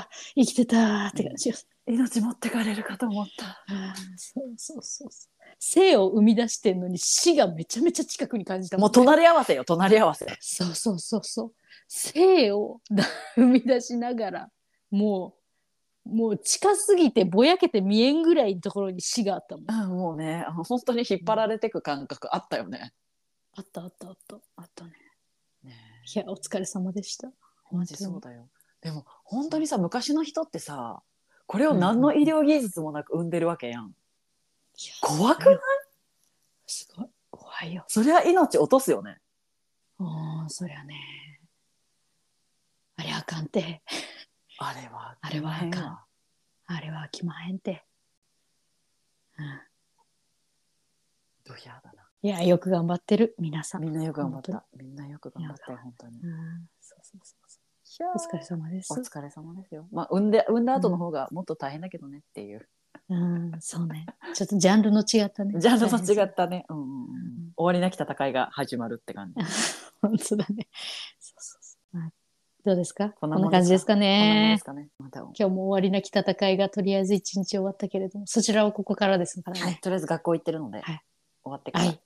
Speaker 3: た生きてたって感じが
Speaker 1: 命持ってかれるかと思った。
Speaker 3: あーそうそうそうそう生を生み出してんのに死がめちゃめちゃ近くに感じた
Speaker 1: もう
Speaker 3: ね
Speaker 1: 隣り合わせよ、隣り合わせ。
Speaker 3: そうそうそうそう生を生み出しながらもうもう近すぎてぼやけて見えんぐらいのところに死があったもん
Speaker 1: うん、もうね、あの本当に引っ張られてく感覚あったよね。
Speaker 3: あったあったあったあったね
Speaker 1: ね
Speaker 3: いやお疲れ様でした
Speaker 1: マジそうだよ。でも本当にさ、昔の人ってさ、これを何の医療技術もなく生んでるわけやん。
Speaker 3: いや
Speaker 1: 怖くない
Speaker 3: すごい怖いよ
Speaker 1: そりゃ命落とすよね。
Speaker 3: あーそりゃねあれあかんて
Speaker 1: あれは。
Speaker 3: あれはあか
Speaker 1: 大
Speaker 3: ん
Speaker 1: 変や
Speaker 3: あれはあきまへんて
Speaker 1: ドヒャーだな。
Speaker 3: いやよく頑張ってる皆さん
Speaker 1: みんなよく頑張った。みんなよく頑張ったよ、本当に。
Speaker 3: うんそうそうそうそう。お疲れ様です
Speaker 1: お。疲れ様ですよ。まあ、産んで、産んだ後の方がもっと大変だけどねっていう。
Speaker 3: うん、そうね。ちょっとジャンルの違ったね。
Speaker 1: ジャンルの違
Speaker 3: た。
Speaker 1: ったね。うんうんうん
Speaker 3: ん。
Speaker 1: 終わりなき戦いが始まるって感じ。
Speaker 3: 本当だね。そうそうそう。はいどうですかこ
Speaker 1: こ
Speaker 3: ん
Speaker 1: ん
Speaker 3: な
Speaker 1: なもん
Speaker 3: 感じですか
Speaker 1: こんなもんで
Speaker 3: ね
Speaker 1: す。かね。または
Speaker 3: 今日も終わりなき戦いがとりあえず一日終わったけれども、そちらはここからですから
Speaker 1: い
Speaker 3: ね。。
Speaker 1: とりあえず学校行ってるので、
Speaker 3: はい
Speaker 1: 終わってか
Speaker 3: はい。
Speaker 1: ら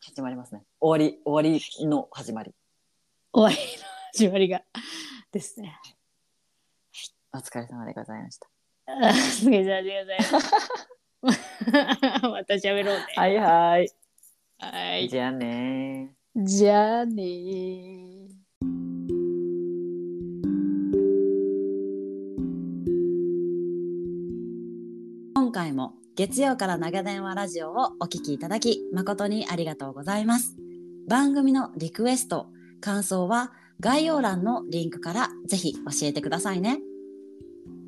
Speaker 1: 始まりますね。終わり、終わりの始まり。
Speaker 3: 終わりの始まりがですね。
Speaker 1: お疲れ様でございました。
Speaker 3: あすげえ、じゃあ、ありがとうございます。 また喋ろうね。
Speaker 1: はいはい。
Speaker 3: はい。
Speaker 1: じゃあねー。
Speaker 3: じゃあねー。
Speaker 4: 今回も月曜から長電話ラジオをお聞きいただき誠にありがとうございます番組のリクエスト感想は概要欄のリンクからぜひ教えてくださいね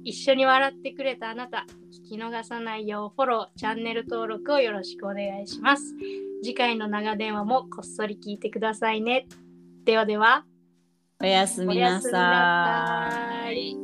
Speaker 2: 一緒に笑ってくれたあなた、聞き逃さないようフォロー、チャンネル登録をよろしくお願いします。次回の長電話もこっそり聞いてくださいね。ではでは、
Speaker 4: おやすみなさ
Speaker 2: い。